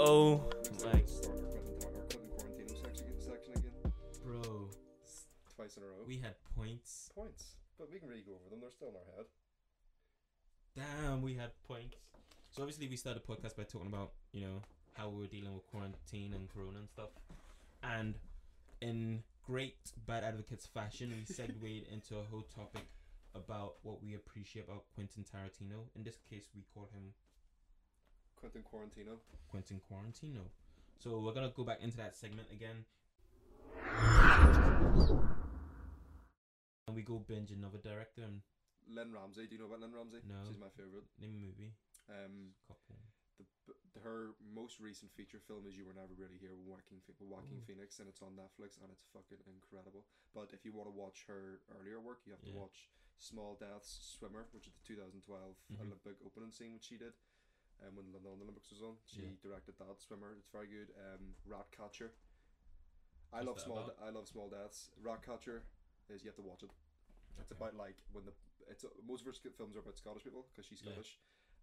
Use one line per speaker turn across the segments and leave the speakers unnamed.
Oh my.
Start our cutting quar- our cutting quarantine section, section again.
Bro,
Twice in a row.
we had points.
Points. But we can really go over them. They're still in our head.
Damn, we had points. So obviously we started the podcast by talking about, you know, how we were dealing with quarantine and corona and stuff. And in great bad advocates fashion, we segued into a whole topic about what we appreciate about Quentin Tarantino. In this case, we call him
Quentin Quarantino.
Quentin Quarantino. So we're gonna go back into that segment again. And we go binge another director and
Lynn Ramsey. Do you know about Lynn Ramsey?
No.
She's my favourite.
name a movie.
Um,
Couple.
the, b- her most recent feature film is You Were Never Really Here with Joaquin, Phe- with Joaquin
Ooh.
Phoenix, and it's on Netflix, and it's fucking incredible. But if you want to watch her earlier work, you have to
Yeah.
watch Small Deaths Swimmer, which is the 2012
Mhm.
Olympic opening scene, which she did. And when the London Olympics was on, she
Yeah.
directed that Swimmer. It's very good. Um, Ratcatcher.
What's
I love
that
small.
about?
De- I love small deaths. Ratcatcher is you have to watch it. It's
Okay.
about like when the it's uh, most of her sc- films are about Scottish people because she's
Yeah.
Scottish,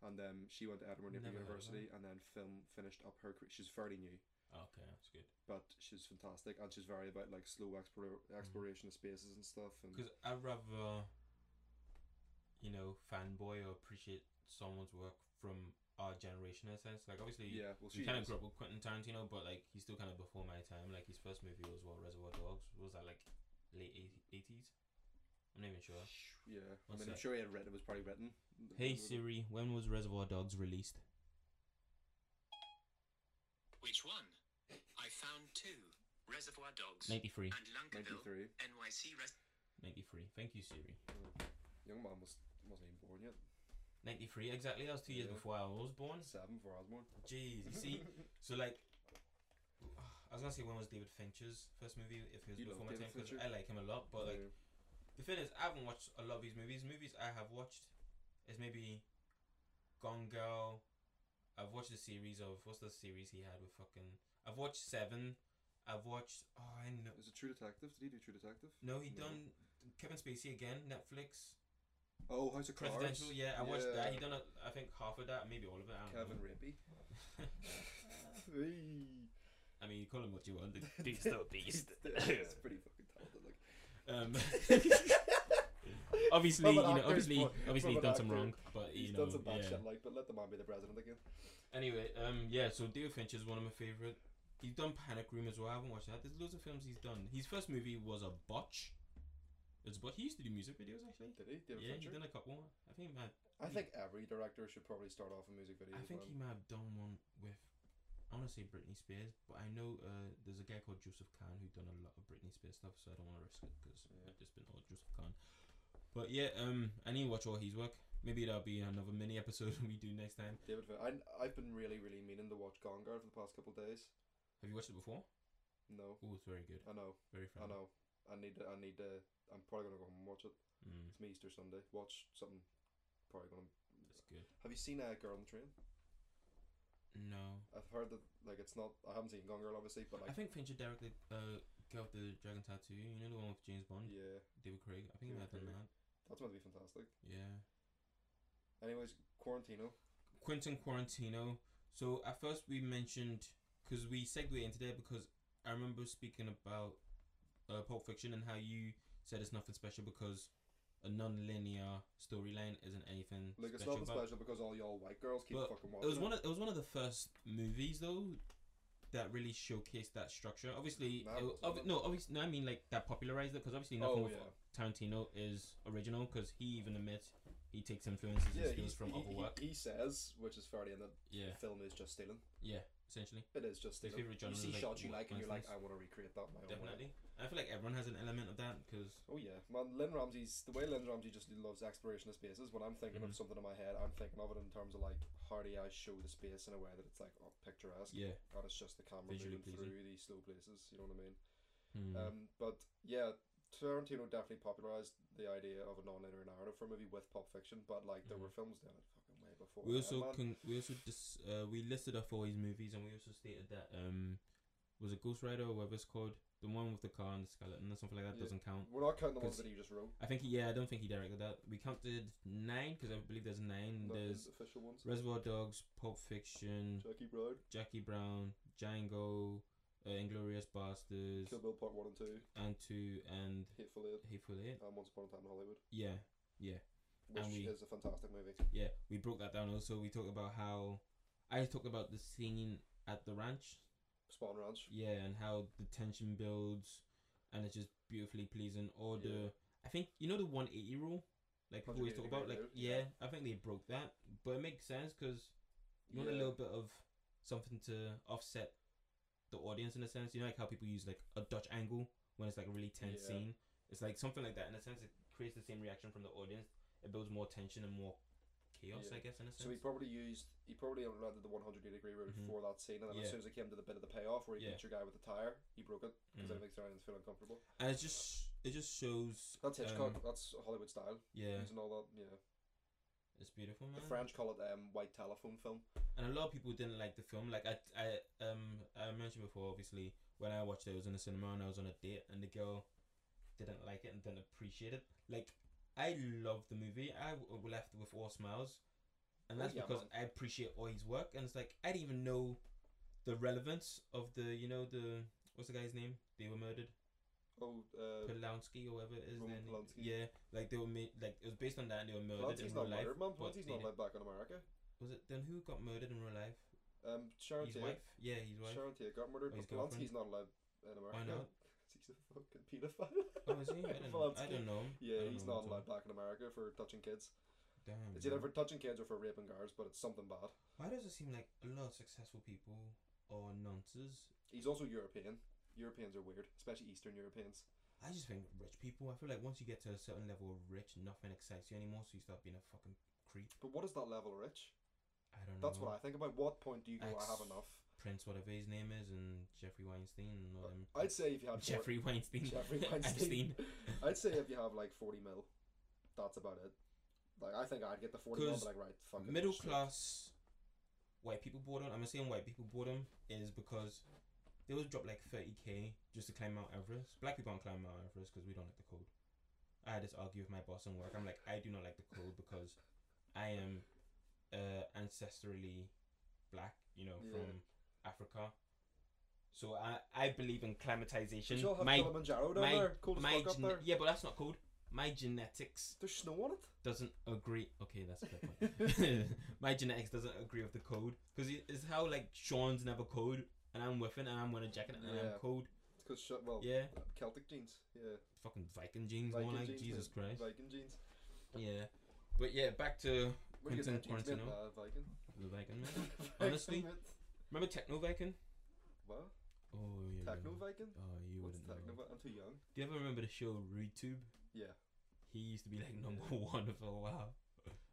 and then she went to Edinburgh Napier
Never heard of
University and then film finished up her. career. She's fairly new,
Okay, that's good.
but she's fantastic and she's very about like slow explora-
Mm-hmm.
exploration of spaces and stuff. And
Because I'd rather, you know, fanboy or appreciate someone's work from our generation in a sense. Like obviously,
yeah, well she
we kind of
is.
grew up with Quentin Tarantino, but like he's still kind of before my time. Like his first movie was what Reservoir Dogs. What was that like late eighties? I'm not even sure.
Yeah, I
What's
mean I'm
that?
sure he had written. It was probably written.
Hey Siri, when was Reservoir Dogs released?
Which one? I found two. Reservoir Dogs
93.
and
Ninety
Lunkerville,
three.
NYC Res-
93. Thank you, Siri.
Young man was wasn't even born yet.
93, exactly. That was two years
Yeah.
before I was born.
Seven before I was born.
Jeez, you see? So, like, I was going to say when was David Fincher's first movie, if it was
You
before my
love David
time, because
Fincher?
I like him a lot. But, like,
Yeah.
the thing is, I haven't watched a lot of these movies. Movies I have watched is maybe Gone Girl. I've watched the series of, what's the series he had with fucking. I've watched Seven. I've watched, oh, I know.
Is it True Detective? Did he do True Detective?
No, he
No.
done Kevin Spacey again, Netflix.
Oh, House of Cards.
Presidential, yeah, I watched that. He
Yeah.
done, a, I think, half of that, maybe all of it. I don't
Kevin
know.
Rapey.
I mean, you call him what you want. the
Beast of Beast. It's pretty fucking talented. Like.
Um,
From
obviously, you
an
know,
actor's
obviously,
point-
obviously,
from
he's
an
done some
actor,
wrong, but you
He's
know,
done some bad
yeah.
shit, like, but let the man be the president again.
Anyway, um, yeah. So David Fincher's one of my favorite. He's done Panic Room as well. I haven't watched that. There's loads of films he's done. His first movie was a botch. It's but he used to do music videos actually.
Did he? David
yeah,
Fincher?
he done a couple. I think he might.
I think every director should probably start off in music videos.
I think he might have done one with. I want to say Britney Spears, but I know uh, there's a guy called Joseph Kahn who done a lot of Britney Spears stuff, so I don't want to risk it because
Yeah.
I've just been all Joseph Kahn. But yeah, um, I need to watch all his work. Maybe that'll be another mini episode we do next time.
David Fincher. I, I've been really, really meaning to watch Gone Girl for the past couple of days.
Have you watched it before?
No,
Oh, it's very good,
I know,
very
I
funny.
know. I need to, I need to, I'm probably going to go home and watch it.
Mm,
It's me Easter Sunday. Watch something. Probably going to.
that's good.
Have you seen uh, Girl on the Train?
No,
I've heard that, like, it's not, I haven't seen Gone Girl, obviously, but,
I
like,
think Fincher directed uh, Girl with the Dragon Tattoo. You know the one with James Bond,
yeah,
David Craig. I think he might
David
have done
Craig.
that.
that's meant to be fantastic.
Yeah.
Anyways, Quarantino.
Quentin Quarantino. So at first we mentioned because we segued into there because I remember speaking about uh, Pulp Fiction and how you said it's nothing special because a non-linear storyline isn't anything
Like it's
special.
nothing
about.
special because all y'all white girls keep
But
fucking
It
watching.
was one of it was one of the first movies though that really showcased that structure. Obviously,
That
it-
was
obvi-
one of-
no, obviously, no, I mean like that popularized it because obviously nothing
Oh
with
yeah,
Tarantino is original because he even admits he takes influences
yeah.
and skills
He's,
from
he,
other work.
he, he says, which is fairly in the
yeah,
film is just stealing.
yeah, essentially.
It is just
His
stealing.
favorite genre
You
is,
see
like,
shots you
wa-
like, and you're like, I
westerns.
want to recreate that my own way.
Definitely. I feel like everyone has an element of that because
Oh yeah, man. Lynn Ramsey's the way Lynn Ramsey just loves exploration of spaces. When I'm thinking
Mhm.
of something in my head, I'm thinking of it in terms of like how do I show the space in a way that it's like oh, picturesque,
yeah,
and it's just the camera
Visually
moving
pleasing.
through these slow places. You know what I mean?
Hmm.
Um, but yeah, Tarantino definitely popularized the idea of a non-linear narrative for a movie with Pulp Fiction, but like there were films doing it fucking way before.
Mm. We
that,
also
man.
con- we also dis- uh, we listed off all his movies, and we also stated that um was it Ghost Rider or whatever it's called, the one with the car and the skeleton or something like that
Yeah.
doesn't count.
we're not counting the ones
Cause-
that he just wrote.
I think he, yeah, I don't think he directed that. We counted nine because I believe there's nine.
Not
There's
his official ones.
Reservoir Dogs, Pulp Fiction,
Jackie Brown,
Jackie Brown, Django, uh, Inglorious Bastards,
Kill Bill Part One and Two,
and two and
Hateful Eight,
Hateful Eight.
and Once Upon a Time in Hollywood,
Yeah, And
which
we-
is a fantastic movie.
yeah. We broke that down. Also, we talked about how I talked about the scene at the ranch
Spawn Ranch.
yeah, and how the tension builds, and it's just beautifully pleasing. Or
Yeah.
the, I think you know the one eighty rule, like people always
180
talk about,
degree
like
rule,
yeah,
yeah.
I think they broke that, but it makes sense because you want
Yeah.
a little bit of something to offset the audience in a sense. You know, like how people use like a Dutch angle when it's like a really tense
Yeah.
scene. It's like something like that in a sense. It creates the same reaction from the audience. It builds more tension and more chaos,
Yeah.
I guess, in a sense.
So he probably used he probably invented the 180 degree rule
Mhm.
for that scene, and then
Yeah.
as soon as it came to the bit of the payoff where he
Yeah.
beat your guy with the tire, he broke it because
Mhm.
it makes the audience feel uncomfortable.
and it just it just shows
That's Hitchcock.
um,
that's Hollywood style.
yeah,
Using all that, yeah.
it's beautiful, man.
The French call it um, white telephone film.
and a lot of people didn't like the film. Like I, I, um, I mentioned before, obviously, when I watched it, it was in the cinema and I was on a date, and the girl didn't like it and didn't appreciate it. Like I love the movie. I w- left with all smiles, and
Oh,
that's
yeah,
because
man.
I appreciate all his work. And it's like I didn't even know the relevance of the, you know, the what's the guy's name? They were murdered.
Oh, uh,
Polanski or whatever it is.
Roman
their name.
Polanski.
Yeah, like they were made. Like it was based on that, and they were murdered
Polanski's
uh, in real
not
life.
murdered, man.
but
Polanski's
they
not
didn't-
allowed back in America.
was it then who got murdered in real life?
Um, Sharon
His
Tate.
wife. Yeah, his wife.
Sharon Tate got murdered,
Oh, his
but
girlfriend?
Polanski's not allowed in America.
not?
'Cause He's a fucking pedophile.
Oh, is he? I don't know. I
Polanski.
don't know. him. I
Yeah,
don't
he's
know Mm-hmm. him at
not
all.
allowed back in America for touching kids.
Damn.
It's either
man.
for touching kids or for raping girls, but it's something bad.
Why does it seem like a lot of successful people are nonces?
He's also European. Europeans are weird, especially Eastern Europeans.
I just think rich people. I feel like once you get to a certain level of rich, nothing excites you anymore, so you start being a fucking creep.
But what is that level of rich?
I don't
That's
know.
what I think about. What point do you go,
Mm-hmm. Ex-
I have enough?
Prince, whatever his name is, and Jeffrey Weinstein and all them.
I'd say if you had four-
Jeffrey Weinstein.
Jeffrey
Epstein.
Weinstein. I'd say if you have like 40 mil, that's about it. Like, I think I'd get the 40 mil,
'Cause
but like, right, fuck it,
Middle
shit.
class white people boredom. I'm saying white people boredom is because they always drop like 30k just to climb Mount Everest. Black people don't climb Mount Everest because we don't like the cold. I had this argue with my boss in work. I'm like, I do not like the cold because I am uh, ancestrally black, you know,
Yeah.
from Africa. So I, I believe in
But
climatization.
you all have
My,
Kilimanjaro down
my,
there. Cold as
my
fuck up
gene-
there.
yeah, but that's not cold. My genetics
There's snow on it.
doesn't agree. Okay, that's a fair point. My genetics doesn't agree with the code because it's how like Sean's never code, and I'm whiffing, and I'm wearing a jacket, and I'm
Yeah.
cold.
Because, sh- well,
Yeah,
Celtic jeans. Yeah.
fucking Viking jeans, more
Viking
like
jeans,
Jesus Christ.
Viking jeans.
Yeah, but yeah, back to
Where do you get them
Quentin
jeans,
Tarantino.
mate? Uh, Viking.
the Viking. Man.
Viking,
Mm. Honestly?
mate.
Remember Techno Viking?
What?
Oh yeah. yeah.
Techno Viking?
Oh, you
What's
wouldn't know.
techno Viking? I'm too young.
Do you ever remember the show RuTube?
Yeah.
He used to be like number one for a while.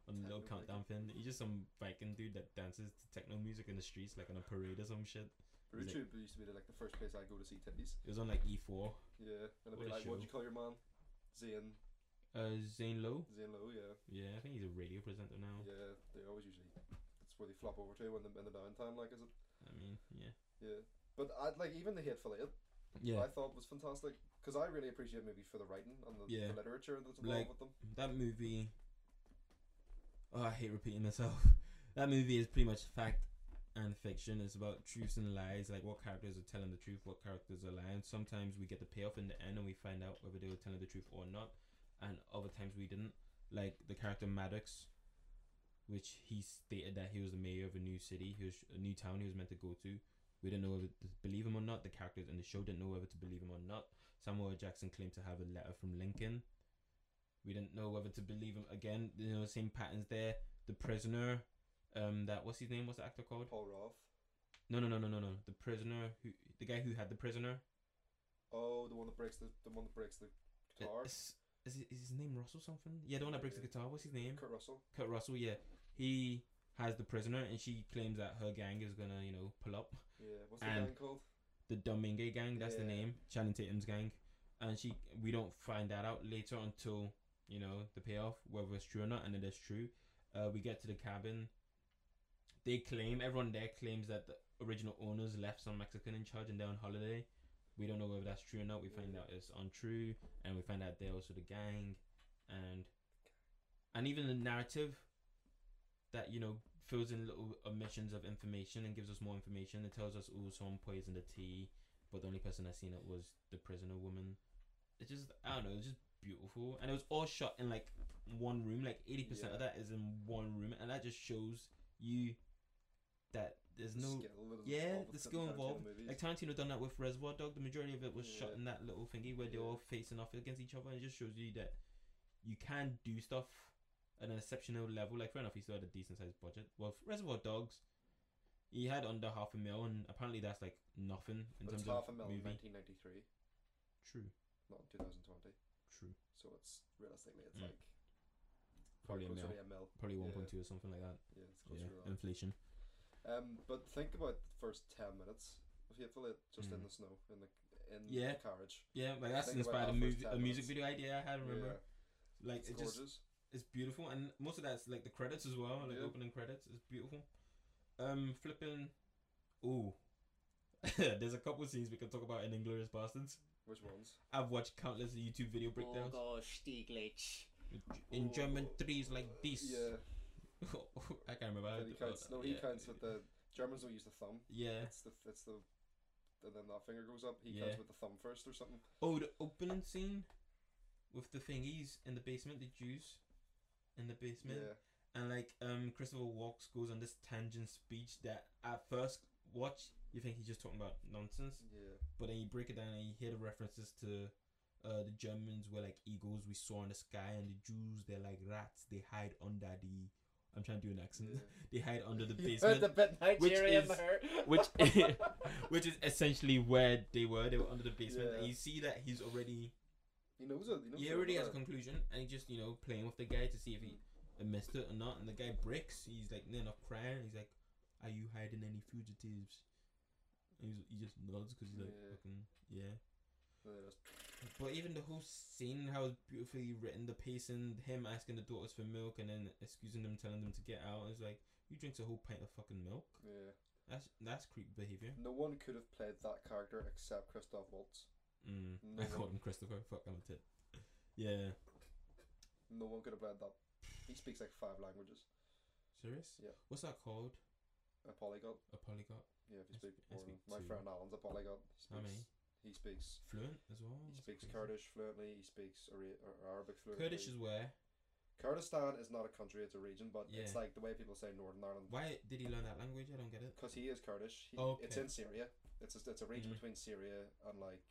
On the little
Techno
countdown thing, he's just some Viking dude that dances to techno music in the streets, like on a parade or some shit. Is it-
Rutube used to be the, like the first place I'd go to see titties.
It was on like E E4.
Yeah.
What
And I'd
a
be like,
show.
what'd you call your man? Zane.
Uh, Zane Lowe.
Zane Lowe, yeah.
Yeah, I think he's a radio presenter now.
Yeah. They always usually. That's where they flop over to when the, in the downtime, like, is it?
I mean, yeah.
Yeah. But I'd like even the Hateful Eight, I thought was fantastic because I really appreciate movies for the writing and the,
Yeah.
the literature that's involved
Like-
with them.
That movie. Oh, I hate repeating myself. That movie is pretty much fact and fiction. It's about truths and lies, like what characters are telling the truth, what characters are lying. Sometimes we get the payoff in the end and we find out whether they were telling the truth or not, and other times we didn't. Like the character Maddox, which he stated that he was the mayor of a new city, he was a new town he was meant to go to. We didn't know whether to believe him or not. The characters in the show didn't know whether to believe him or not. Samuel L. Jackson claimed to have a letter from Lincoln. We didn't know whether to believe him again. You know, same patterns there. The prisoner, um, that what's his name? What's the actor called?
Paul Roth.
No, no, no, no, no, no. The prisoner who, the guy who had the prisoner. Uh,
Oh, the one that breaks the the one that breaks the guitar.
Is, is, it- is his name Russell something? Yeah, the one that breaks the
Yeah.
guitar. What's his name?
Kurt Russell.
Kurt Russell. Yeah, he has the prisoner, and she claims that her gang is gonna, you know, pull up.
Yeah. What's the
And-
gang called?
the Domingue gang, that's the
Yeah.
name. Channing Tatum's gang. and she we don't find that out later until you know the payoff whether it's true or not, and it is true. Uh, we get to the cabin. They claim everyone there claims that the original owners left some Mexican in charge and they're on holiday. We don't know whether that's true or not. We find out it's untrue, and we find out they're also the gang, and and even the narrative that you know fills in little omissions of information and gives us more information. It tells us, oh, someone poisoned the tea, but the only person I seen it was the prisoner woman. It's just I don't know. It's just beautiful, and it was all shot in like one room. Like eighty percent of
Yeah.
that is in one room, and that just shows you that there's no
skill is
yeah,
involved
the
with
skill
Tarantino
involved.
movies.
like Tarantino done that with Reservoir Dog. The majority of it was shot
Yeah.
in that little thingy where they're
Yeah.
all facing off against each other, and it just shows you that you can do stuff at an exceptional level. Like fair enough, he still had a decent sized budget. Well, f- Reservoir Dogs, he had under half a mil, and apparently that's like nothing in
but
terms
it's half a
of
mil
movie.
in 1993,
True,
not in 2020.
true.
So it's realistically, it's
Mm.
like
Probably a
closer
mil,
to a mil.
probably
yeah.
one point two or something like that.
Yeah, it's
yeah,
closer to that.
inflation.
Um, but think about the first ten minutes of Hateful Eight, just in
Mm.
the snow, in the in
Yeah.
the carriage.
Yeah, like that's
Think about
inspired
that
a,
first
movie, a music
10 minutes.
video idea I had. Remember,
Yeah,
like
it's
it just
gorgeous.
it's beautiful, and most of that's like the credits as well, like
Yeah.
opening credits. It's beautiful. Um, flipping. Ooh, there's a couple scenes we can talk about in Inglorious Bastards.
Which ones?
I've watched countless YouTube video breakdowns
Oh gosh, Stieglitz.
in
Oh.
German threes like this.
Yeah,
I can't remember. how
and
to-
he counts.
oh,
No, he
yeah.
counts with the Germans don't use the thumb.
Yeah.
It's the it's the, and then that finger goes up. He
Yeah.
counts with the thumb first or something.
Oh, the opening scene with the thingies in the basement, the Jews in the basement.
Yeah,
and like um Christopher Walks goes on this tangent speech that at first watch you think he's just talking about nonsense,
yeah.
but then you break it down and you hear the references to uh the Germans were like eagles we saw in the sky and the Jews they're like rats they hide under the I'm trying to do an accent
yeah.
they hide under the
You heard
basement
the bit Nigerian
is-
there.
which which is essentially where they were they were under the basement and
Yeah.
you see that he's already
He knows it. He, knows
he
it
already
over
has a
there.
conclusion and he just you know playing with the guy to see if he missed it or not and the guy breaks he's like no not crying he's like are you hiding any fugitives and he's, he just nods because he's like
Yeah.
fucking yeah
And then it's-
but even the whole scene how it's beautifully written the pacing him asking the daughters for milk and then excusing them telling them to get out it's like you drinks a whole pint of fucking milk
yeah.
that's that's creep behavior
No one could have played that character except Christoph Waltz.
mm.
No
I called him
one-
Christopher fuck I'm a tit yeah
No one could have played that. He speaks like five languages.
serious
Yeah.
what's that called
A polyglot.
a polyglot
Yeah, if you
I
speak
sp- I
more than-
speak
my
two.
friend Alan's a polyglot. He
How
speaks.
many?
He speaks.
fluent as well
He
Oh, That's
speaks
crazy.
Kurdish fluently. He speaks Ara- Ar- Arabic fluently.
Kurdish is where
Kurdistan is not a country; it's a region, but it's
Yeah.
like the way people say Northern Ireland.
Why did he learn that language? I don't get it.
Because he is Kurdish. He,
Oh,
It's
okay.
in Syria. It's a, it's a region
Mhm.
between Syria and like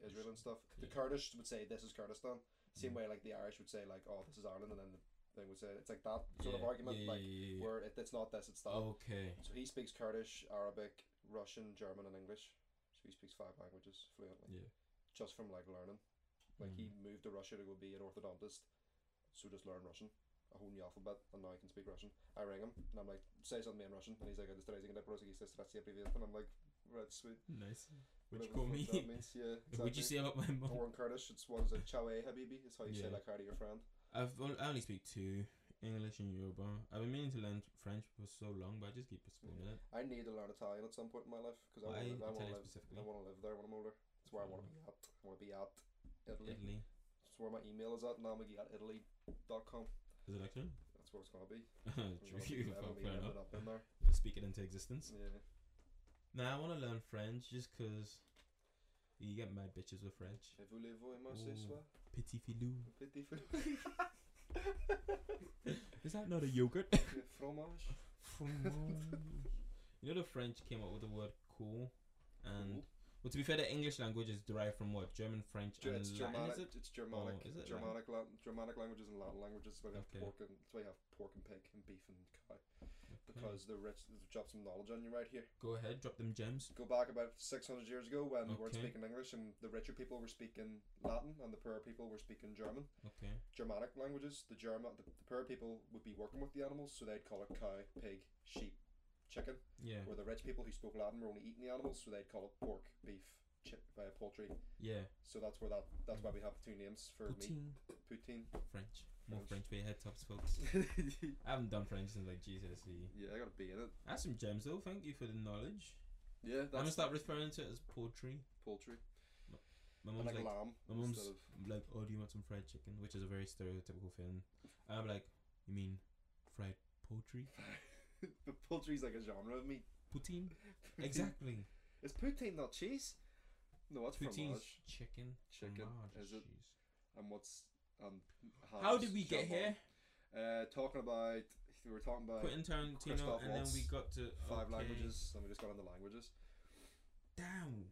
Israel and stuff. The
Yeah.
Kurdish would say this is Kurdistan. Same
Mm.
way like the Irish would say like oh this is Ireland, and then the thing would say it's like that sort of
Yeah,
argument,
yeah,
like
yeah, yeah, yeah.
where it, it's not this, it's that.
Okay.
So he speaks Kurdish, Arabic, Russian, German, and English. So he speaks five languages fluently.
Yeah. Mm.
Just from like learning. Like he moved to Russia to go be an orthodontist, so just learn Russian, a whole new alphabet, and now I can speak Russian. I ring him and I'm like, say something in Russian, and he's like, I just raising it up, and I'm like, right, sweet.
Nice. Would you
whatever the
call
fuck
me?
That means, yeah. Exactly.
Would you say about my mom?
Or in Kurdish, it's what is it, Chawe Habibi? It's how you say
Yeah.
like hi to your friend.
I've on- I only speak two English and Yoruba. I've been meaning to learn French for so long, but I just keep postponing it.
I need to learn Italian at some point in my life because I
Why
want to I
Italian
want to live,
specifically? Mm.
I want to live there when I'm older. It's where I want to be at. I want to be at Italy.
Italy.
It's where my email is at, namagi at italy.com.
Is it actually?
That's where it's going to be. I'm
True.
gonna be- I'm
Fuck,
gonna be
fair
living
enough.
up in there.
Speak it into existence.
Yeah.
Now I want to learn French just 'cause you get mad bitches with French.
Et voulez-vous aimer ce
Ooh.
soir?
Petit filou.
Un petit fil-
Is that not a yogurt?
de fromage?
you know the French came up with the word cool, and
Ooh.
Well, to be fair, the English language is derived from what German, French,
Ge-
and
it's
Latin.
Germanic.
Is it?
It's Germanic.
Oh, is it
Germanic, Latin, Germanic languages and Latin languages. That's why we have
Okay.
pork and that's why you have pork and pig and beef and cow. Because the rich drop some knowledge on you right here.
Go ahead, drop them gems.
go back about 600 years ago when we weren't
Okay.
speaking English and the richer people were speaking Latin and the poorer people were speaking German.
Okay.
Germanic languages, the German, the, the poorer people would be working with the animals, so they'd call it cow, pig, sheep, chicken.
Yeah.
Where the rich people who spoke Latin were only eating the animals, so they'd call it pork, beef, chip, uh, poultry.
Yeah.
So that's where that that's why we have two names for meat.
Poutine.
Poutine.
French. More French
French.
for your head tops, folks. I haven't done French since like GCSE.
yeah, I got a B in it.
That's some gems though. Thank you for the knowledge.
Yeah,
I'm gonna
that's
start referring to it as poultry.
poultry.
My
I
mum's
like,
like,
lamb.
my mum's-
instead of-
like, oh, do you want some fried chicken? Which is a very stereotypical thing. And I'm like, you mean fried poultry?
but poultry's like a genre of meat.
Poutine? exactly.
Is poutine not cheese? No, that's
Poutine's
fromage.
chicken.
Chicken,
fromage
is it?
cheese.
And what's um?
How
halves
did we get
jambon.
here?
Uh, talking about we were talking about
Quentin Tarantino,
Christoph
and then we
Waltz,
got to
five
okay.
languages, and we just got into languages.
Damn.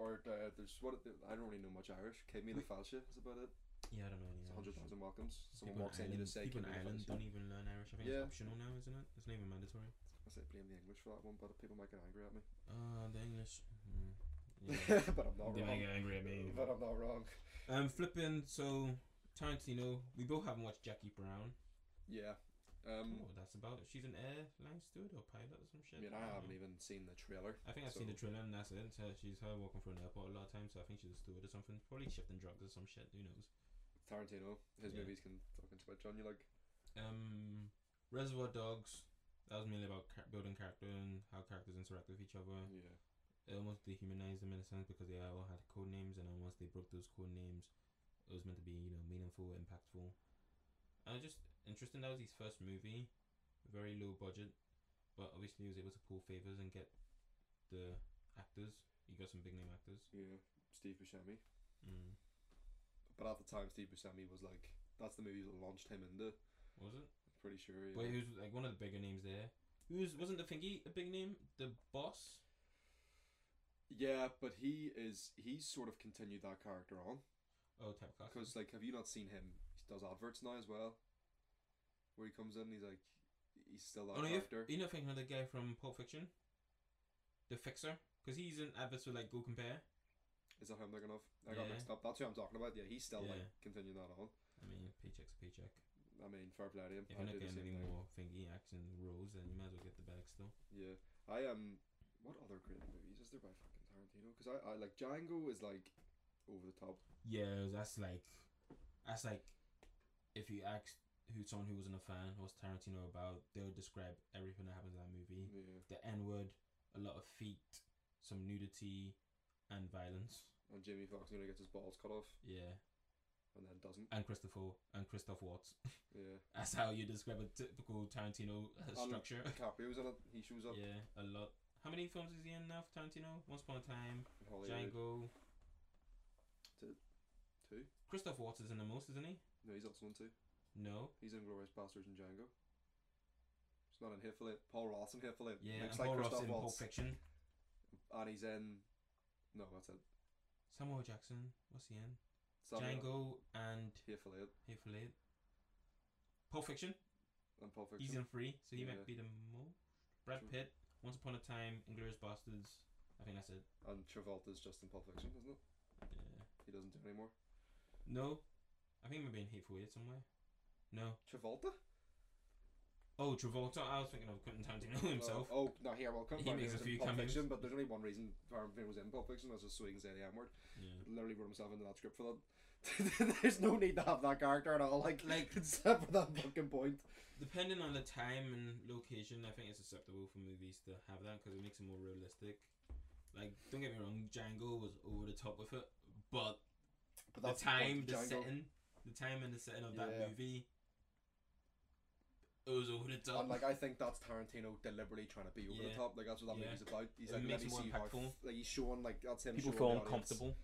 Or uh, there's what I don't really know much Irish. Kimi na Falsha is about it.
Yeah, I don't know any
It's
Irish.
hundred thousand welcomes. Someone
People
walks in, you just say
people
Kimi
in
na
Ireland
Falsha.
don't even learn Irish. I think
Yeah.
it's optional now, isn't it? It's not even mandatory.
I say blame the English for that one, but people might get angry at me.
Uh, the English. Mm, yeah.
but I'm not
they might
wrong.
get angry at me.
But I'm not wrong.
Um, flipping. So Tarantino. We both haven't watched Jackie Brown.
Yeah.
I don't
Um,
know what that's about. She's an airline steward or pilot or some shit.
I mean,
don't
I haven't
know.
even seen the trailer.
I think I've seen the
so-
trailer and that's it. So she's her walking through an airport a lot of times, so I think she's a steward or something. Probably shifting drugs or some shit. Who knows?
Tarantino, his
Yeah.
movies can fucking switch on you like.
Um, Reservoir Dogs. That was mainly about char- building character and how characters interact with each other.
Yeah.
It almost dehumanized them in a sense because they all had code names, and then once they broke those code names, it was meant to be you know meaningful, impactful. And it was just interesting. That was his first movie, very low budget, but obviously he was able to pull favors and get the actors. He got some big name actors.
Yeah. Steve Buscemi.
Mm.
But at the time, Steve Buscemi was like, that's the movie that launched him into.
Was it?
I'm pretty sure. Yeah.
But he was like one of the bigger names there. Who was wasn't the thingy a big name? The boss.
yeah, but he is he's sort of continued that character on
Oh, type class.
because like, have you not seen him? He does adverts now as well, where he comes in, and he's like, he's still
Oh,
that
no, you,
character.
you know, thinking of the guy from Pulp Fiction, the Fixer, because he's in adverts for like Go Compare.
Is that him looking off? I got
Yeah.
mixed up. That's who I'm talking about. Yeah, he's still like
Yeah.
continuing that on.
I mean, paycheck's a paycheck.
I mean, fair play to him.
If
I'd
you're not
do the
getting
same
any
thing.
more thingy acts and roles, then you might as well get the bag still.
Yeah, I um, what other great movies is there by fucking Tarantino? Because I, I like Django is like over the top.
Yeah, that's like, that's like, if you asked who someone who wasn't a fan, what's Tarantino about, they would describe everything that happens in that movie.
Yeah,
The N word, a lot of feet, some nudity, and violence.
and Jamie Foxx nearly gets his balls cut off
Yeah,
and then doesn't.
and Christopher and Christoph Waltz.
Yeah,
That's how you describe a typical Tarantino uh,
Um,
structure.
DiCaprio's in it. He shows up.
Yeah, a lot. How many films is he in now for Tarantino? Once Upon a Time,
in Hollywood
Django.
too.
Christoph Waltz is in the most, isn't he?
No, he's also in two.
No.
He's in Glorious Bastards and Django. He's not in Hateful Eight. Paul Ross in Hateful Eight.
Yeah,
Looks
and Paul
like
Rudd's
Christoph
in Pulp
Waltz.
Fiction.
And he's in. No, that's it.
Samuel Jackson. What's he in?
Samuel-
Django and
Hateful Eight
Hateful Eight. Pulp Fiction.
and Pulp
He's in
Fiction.
three, so he
Yeah.
might be the most. Brad
True.
Pitt. Once Upon a Time, Inglourious Bastards. I think that's it.
And Travolta's just in Pulp Fiction, isn't it?
Yeah.
He doesn't do it anymore.
No. I think he might be in Hateful Eight somewhere. No.
Travolta?
Oh, Travolta. I was thinking of Quentin Tarantino himself.
Uh, oh, no, here, well, come
He
back. He
makes
was
a
in
few
Pulp
cameos.
Fiction, but there's only one reason Tarantino was in Pulp Fiction, was just so he can say the M word.
Yeah.
Literally wrote himself into that script for that. there's no need to have that character at all, like,
Like-
except for that fucking point.
Depending on the time and location, I think it's acceptable for movies to have that because it makes it more realistic. Like, don't get me wrong, Django was over the top with it, but
But
the
that's point
time,
of
the
Django.
setting, the time and the setting of
Yeah.
that movie, it was over the top.
And like I think that's Tarantino deliberately trying to be over the
Yeah.
top. Like that's what that
Yeah.
movie's about. He's
It
like, let
makes
me
it more
see how f-
impactful.
like he's showing like that's him.
People feel
showing the audience.
uncomfortable.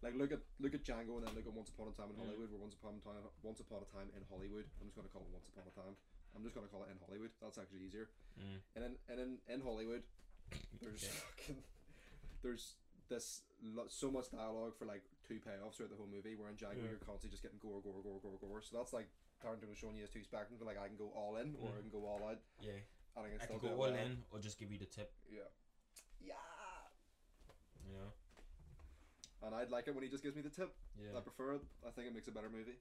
Like look at look at Django and then look at Once Upon a Time in
Mm.
Hollywood. Where Once Upon a Time, Once Upon a Time in Hollywood. I'm just gonna call it Once Upon a Time. I'm just gonna call it in Hollywood. That's actually easier.
Mm.
And then and then in Hollywood, there's
Okay.
fucking there's this lo- so much dialogue for like two payoffs throughout the whole movie. Where in Django
Yeah.
you're constantly just getting gore, gore, gore, gore, gore. So that's like Tarantino showing you his two spectrums. But like I can go all in or
Mm.
I can go all out.
Yeah,
And I can
I
still
could go
do it
all
well.
in or just give you the tip.
Yeah. Yeah.
You know.
And I'd like it when he just gives me the tip.
Yeah.
I prefer it. I think it makes a better movie.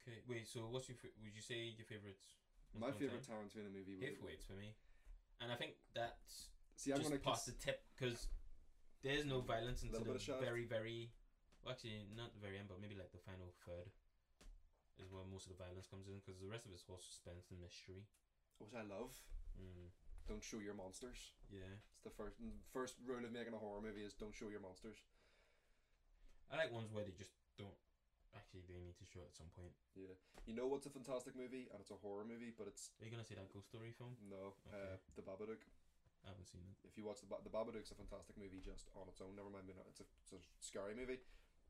Okay. Wait. So, what's your? fa- Would you say your favorites?
My favorite Tarantino movie. would-
Hateful Eight's for me, and I think that's
See, I'm
just
gonna
past
cons-
the tip because There's no violence until
Little bit
the
of shaft.
very, very. Well, actually, not the very end, but maybe like the final third is where most of the violence comes in because the rest of it's all suspense and mystery.
Which I love.
Mm,
Don't show your monsters.
yeah,
It's the first first rule of making a horror movie is don't show your monsters.
I like ones where they just don't. Actually, they need to show it at some point.
Yeah. You know what's a fantastic movie and it's a horror movie, but it's
Are you gonna say that ghost story film?
no uh,
Okay.
the Babadook.
I haven't seen it.
If you watch the Ba- the Babadook's a fantastic movie just on its own. Never mind, being a- it's a, it's a scary movie,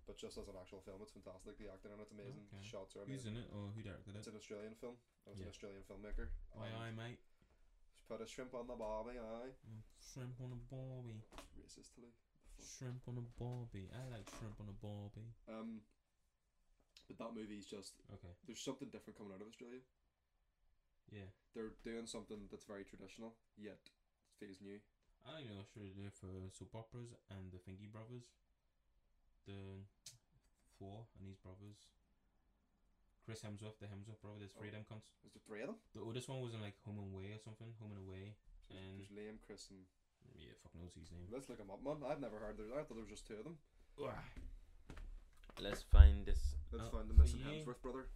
but just as an actual film, it's fantastic. The acting in it's amazing.
Okay.
The shots are
Who's
amazing.
in it or who directed
It's
it?
an Australian film. and It's
Yeah.
an Australian filmmaker.
Why,
and
aye, mate.
he's Put a shrimp on the barbie. Aye.
Mm, Shrimp on a barbie.
Racist, Tilly. Fuck.
Shrimp on a barbie. I like shrimp on a barbie.
Um, but that movie's just
Okay.
there's something different coming out of Australia.
Yeah.
They're doing something that's very traditional yet feels new.
I don't know Australia for soap operas and the Thingy brothers, the four and his brothers. Chris Hemsworth, the Hemsworth brother. There's three of them cunts.
Is there three of them?
The oldest one was in like Home and Away or something. Home and Away.
So there's- there's Liam, Chris, and
Yeah, fuck knows his name.
let's look them up, man. I've never heard. There, I thought there was just two of them.
Let's find this.
Let's
out
find the
Oh, for
missing
you.
Hemsworth brother.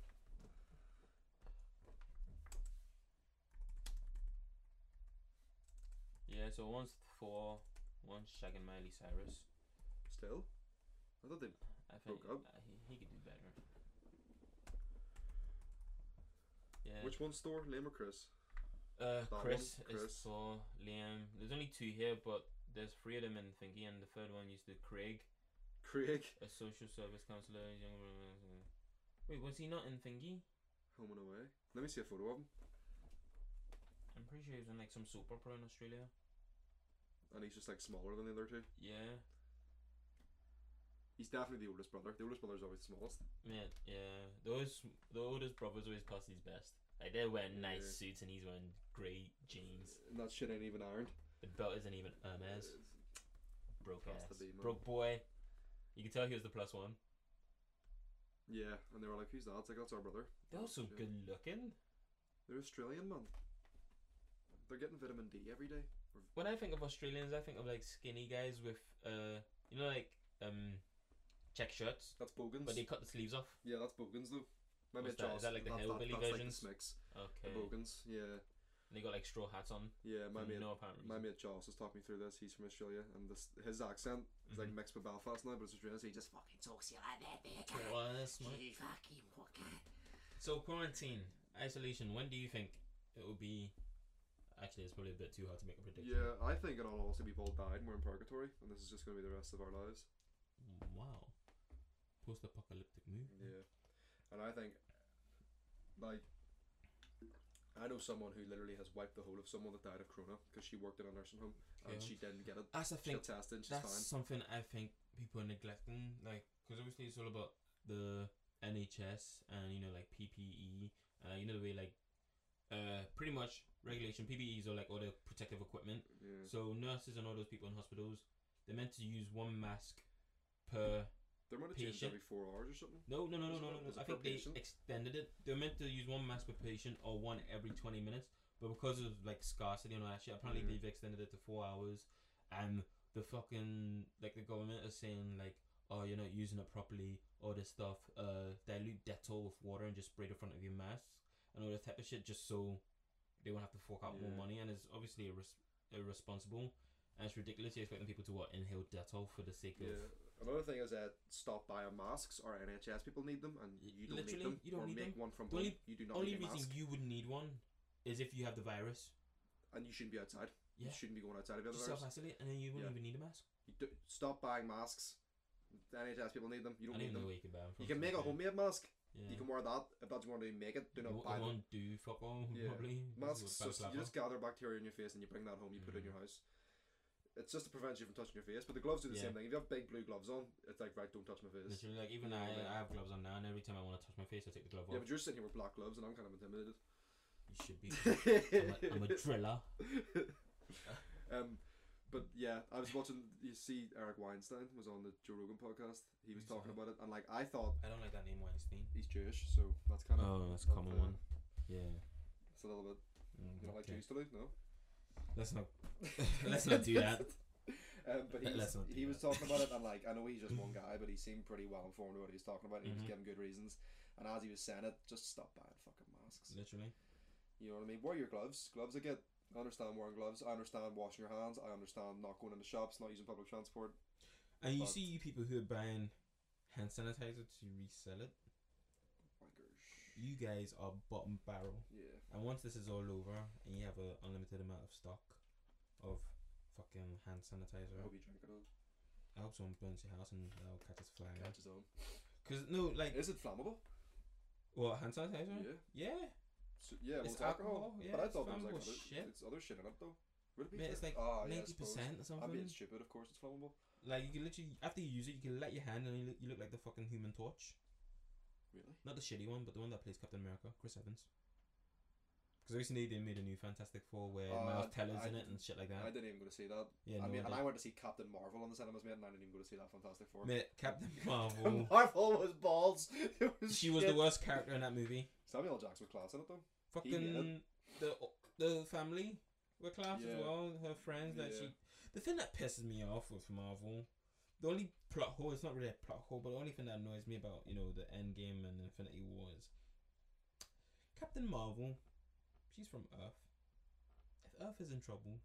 Yeah, so one's four, one's shagging Miley Cyrus.
Still, I thought they.
I think
Broke up.
uh, he, he could do better. Yeah.
Which one's Thor? Liam or Chris?
Uh,
one,
Chris,
Chris.
is for Liam. There's only two here, but there's three of them in Thingy, and the third one used to Craig,
Craig.
a social service counselor. he's Young, wait, was he not in Thingy?
Home and away. Let me see a photo of him.
I'm pretty sure he was in like some soap opera in Australia.
And he's just like smaller than the other two.
Yeah,
He's definitely the oldest brother. The oldest brother's always the smallest.
man, yeah. Those the oldest brothers always cost his best. Like they're wearing nice
Yeah.
suits, and he's wearing grey jeans.
And that shit ain't even ironed.
The belt isn't even Hermes. Broke
Has
ass.
to be, man.
Broke boy. You can tell he was the plus one.
Yeah, and they were like, "Who's that?" It's like, "That's our brother."
They're
Oh,
also
shit.
good looking.
They're Australian, man. They're getting vitamin D every day.
when I think of Australians, I think of like skinny guys with uh, you know, like um, check shirts,
That's Bogans.
but they cut the sleeves off.
Yeah, that's Bogans though. My
What's
mate
that? Is that
Josh-
like the
that,
hillbilly
that's
versions?
Like the Smicks. The
Okay.
Bogans. Yeah,
And they got like straw hats on.
yeah. My
for
mate,
no apparent reason.
my mate Charles has talked me through this. He's from Australia, and this his accent is like
Mhm.
mixed with Belfast now, but it's Australian. So he just
Fucking talks to you like that, there,
Straw
guy.
hats, man.
You fucking fucker.
So quarantine, isolation. When do you think it will be? Actually, it's probably a bit too hard to make a prediction.
Yeah, I think in all honesty, we've all died and we're in purgatory, and this is just going to be the rest of our lives.
Wow. Post-apocalyptic move.
Yeah. And I think, like, I know someone who literally has wiped the whole of someone that died of corona because she worked in a nursing home and
Yeah.
she didn't get it.
That's the
She
thing.
got tested and she's
That's
fine.
something I think people are neglecting, like, because obviously it's all about the NHS and you know like PPE, uh, you know the way like, uh, pretty much regulation PPEs are like all the protective equipment.
Yeah.
So nurses and all those people in hospitals, they're meant to use one mask per.
There might have changed
patient-
every four hours or something.
No, no, no, no,
Is it
no,
per-
no.
is
no. I
it per
think they
patient?
extended it. They're meant to use one mask per patient or one every twenty minutes, but because of like scarcity and all that shit, apparently
Yeah.
they've extended it to four hours, and the fucking like the government is saying like, oh, you're not using it properly, all this stuff. Uh, dilute Dettol with water and just spray the front of your mask and all this type of shit, just so they won't have to fork out
Yeah.
more money, and it's obviously irres- irresponsible. And it's ridiculous. You're expecting people to what inhale Dettol for the sake of
Yeah. Another thing is that stop buying masks. Our NHS people need them, and
Y-
you don't
literally,
need them.
you don't
or
need
make
them.
one from
The
home.
only-
you do not
only
need a
reason
mask,
you would need one is if you have the virus.
and you shouldn't be outside.
Yeah.
You shouldn't be going outside if you have
Just
the virus.
self isolate, and then you wouldn't
Yeah.
even need a mask.
You do, stop buying masks. The NHS people need them.
I
You don't
don't
need
even know
them.
where you can buy them from.
You can
to be
make a
fair.
homemade mask.
Yeah.
You can wear that if that's what you want to make it. Do
It
not
won't-
buy
it
them.
won't do fuck all
Yeah.
probably.
Masks. So
This is what
you
Balaclava.
just gather bacteria in your face and you bring that home. You put
Mm-hmm.
it in your house. It's just to prevent you from touching your face. But the gloves do the
Yeah.
same thing. If you have big blue gloves on, it's like right, don't touch my face.
Literally, like even I, I have gloves on now, and every time I want to touch my face, I take the glove
Yeah,
off.
but you're sitting here with black gloves, and I'm kind of intimidated.
You should be. I'm a, I'm a driller.
um, but yeah, I was watching. You see, Eric Weinstein was on the Joe Rogan podcast. He
Who's
was
that?
talking about it, and like I thought
I don't like that name Weinstein.
he's Jewish, so that's kind of
Oh, that's a
not
common
the-
one. Yeah.
it's a little bit.
Mm,
You know, like
okay.
Jews to do, no?
Let's not. Let's not do that.
Um, but
Let-
he's,
let's not do
he was
that.
talking about it, and like I know he's just one guy, but he seemed pretty well informed about what he was talking about. And He
Mhm.
was giving good reasons, and as he was saying it, just stop buying fucking masks.
Literally.
You know what I mean? Wear your gloves. Gloves I get. I understand wearing gloves. I understand washing your hands. I understand not going into shops, not using public transport.
And you
Fucked.
see people who are buying hand sanitizer to resell it.
Wankers.
You guys are bottom barrel.
Yeah.
And once this is all over and you have an unlimited amount of stock of fucking hand sanitizer,
I hope you drink it all.
I hope someone burns your house and that'll catch its fire.
Catch his own.
Because, no, like,
Is it flammable?
what, hand sanitizer?
Yeah.
Yeah.
So, yeah. Well,
It's
it's, alcohol.
alcohol, yeah,
but I
it's
thought there was like
flammable
other,
shit.
it's other shit in it though. Would it be?
Mate, it's like
Ah,
90%
yeah, I suppose.
or
I'm
something.
being stupid. Of course, it's flammable.
Like, you can literally, after you use it, you can light your hand and you look, you look like the fucking human torch.
Really?
Not the shitty one, but the one that plays Captain America, Chris Evans. Because recently they made a new Fantastic Four where
Uh,
Miles
I-
Teller's
I
in it
didn't-
and shit like
I
that.
didn't even go to see that.
yeah, no,
I mean,
I
and I
didn't.
went to see Captain Marvel on the cinemas, mate, and I didn't even go to see that Fantastic Four.
Mate, Captain
Captain
Marvel.
Marvel was balls. It was
she was the
shit.
worst character in that movie.
Samuel L. Jackson was class in it though. He made
Fucking the the family were class as
Yeah.
well. Her friends that
Yeah.
she. The thing that pisses me off with Marvel, the only plot hole. It's not really a plot hole, but the only thing that annoys me about you know the End Game and Infinity War is Captain Marvel. She's from Earth. If Earth is in trouble,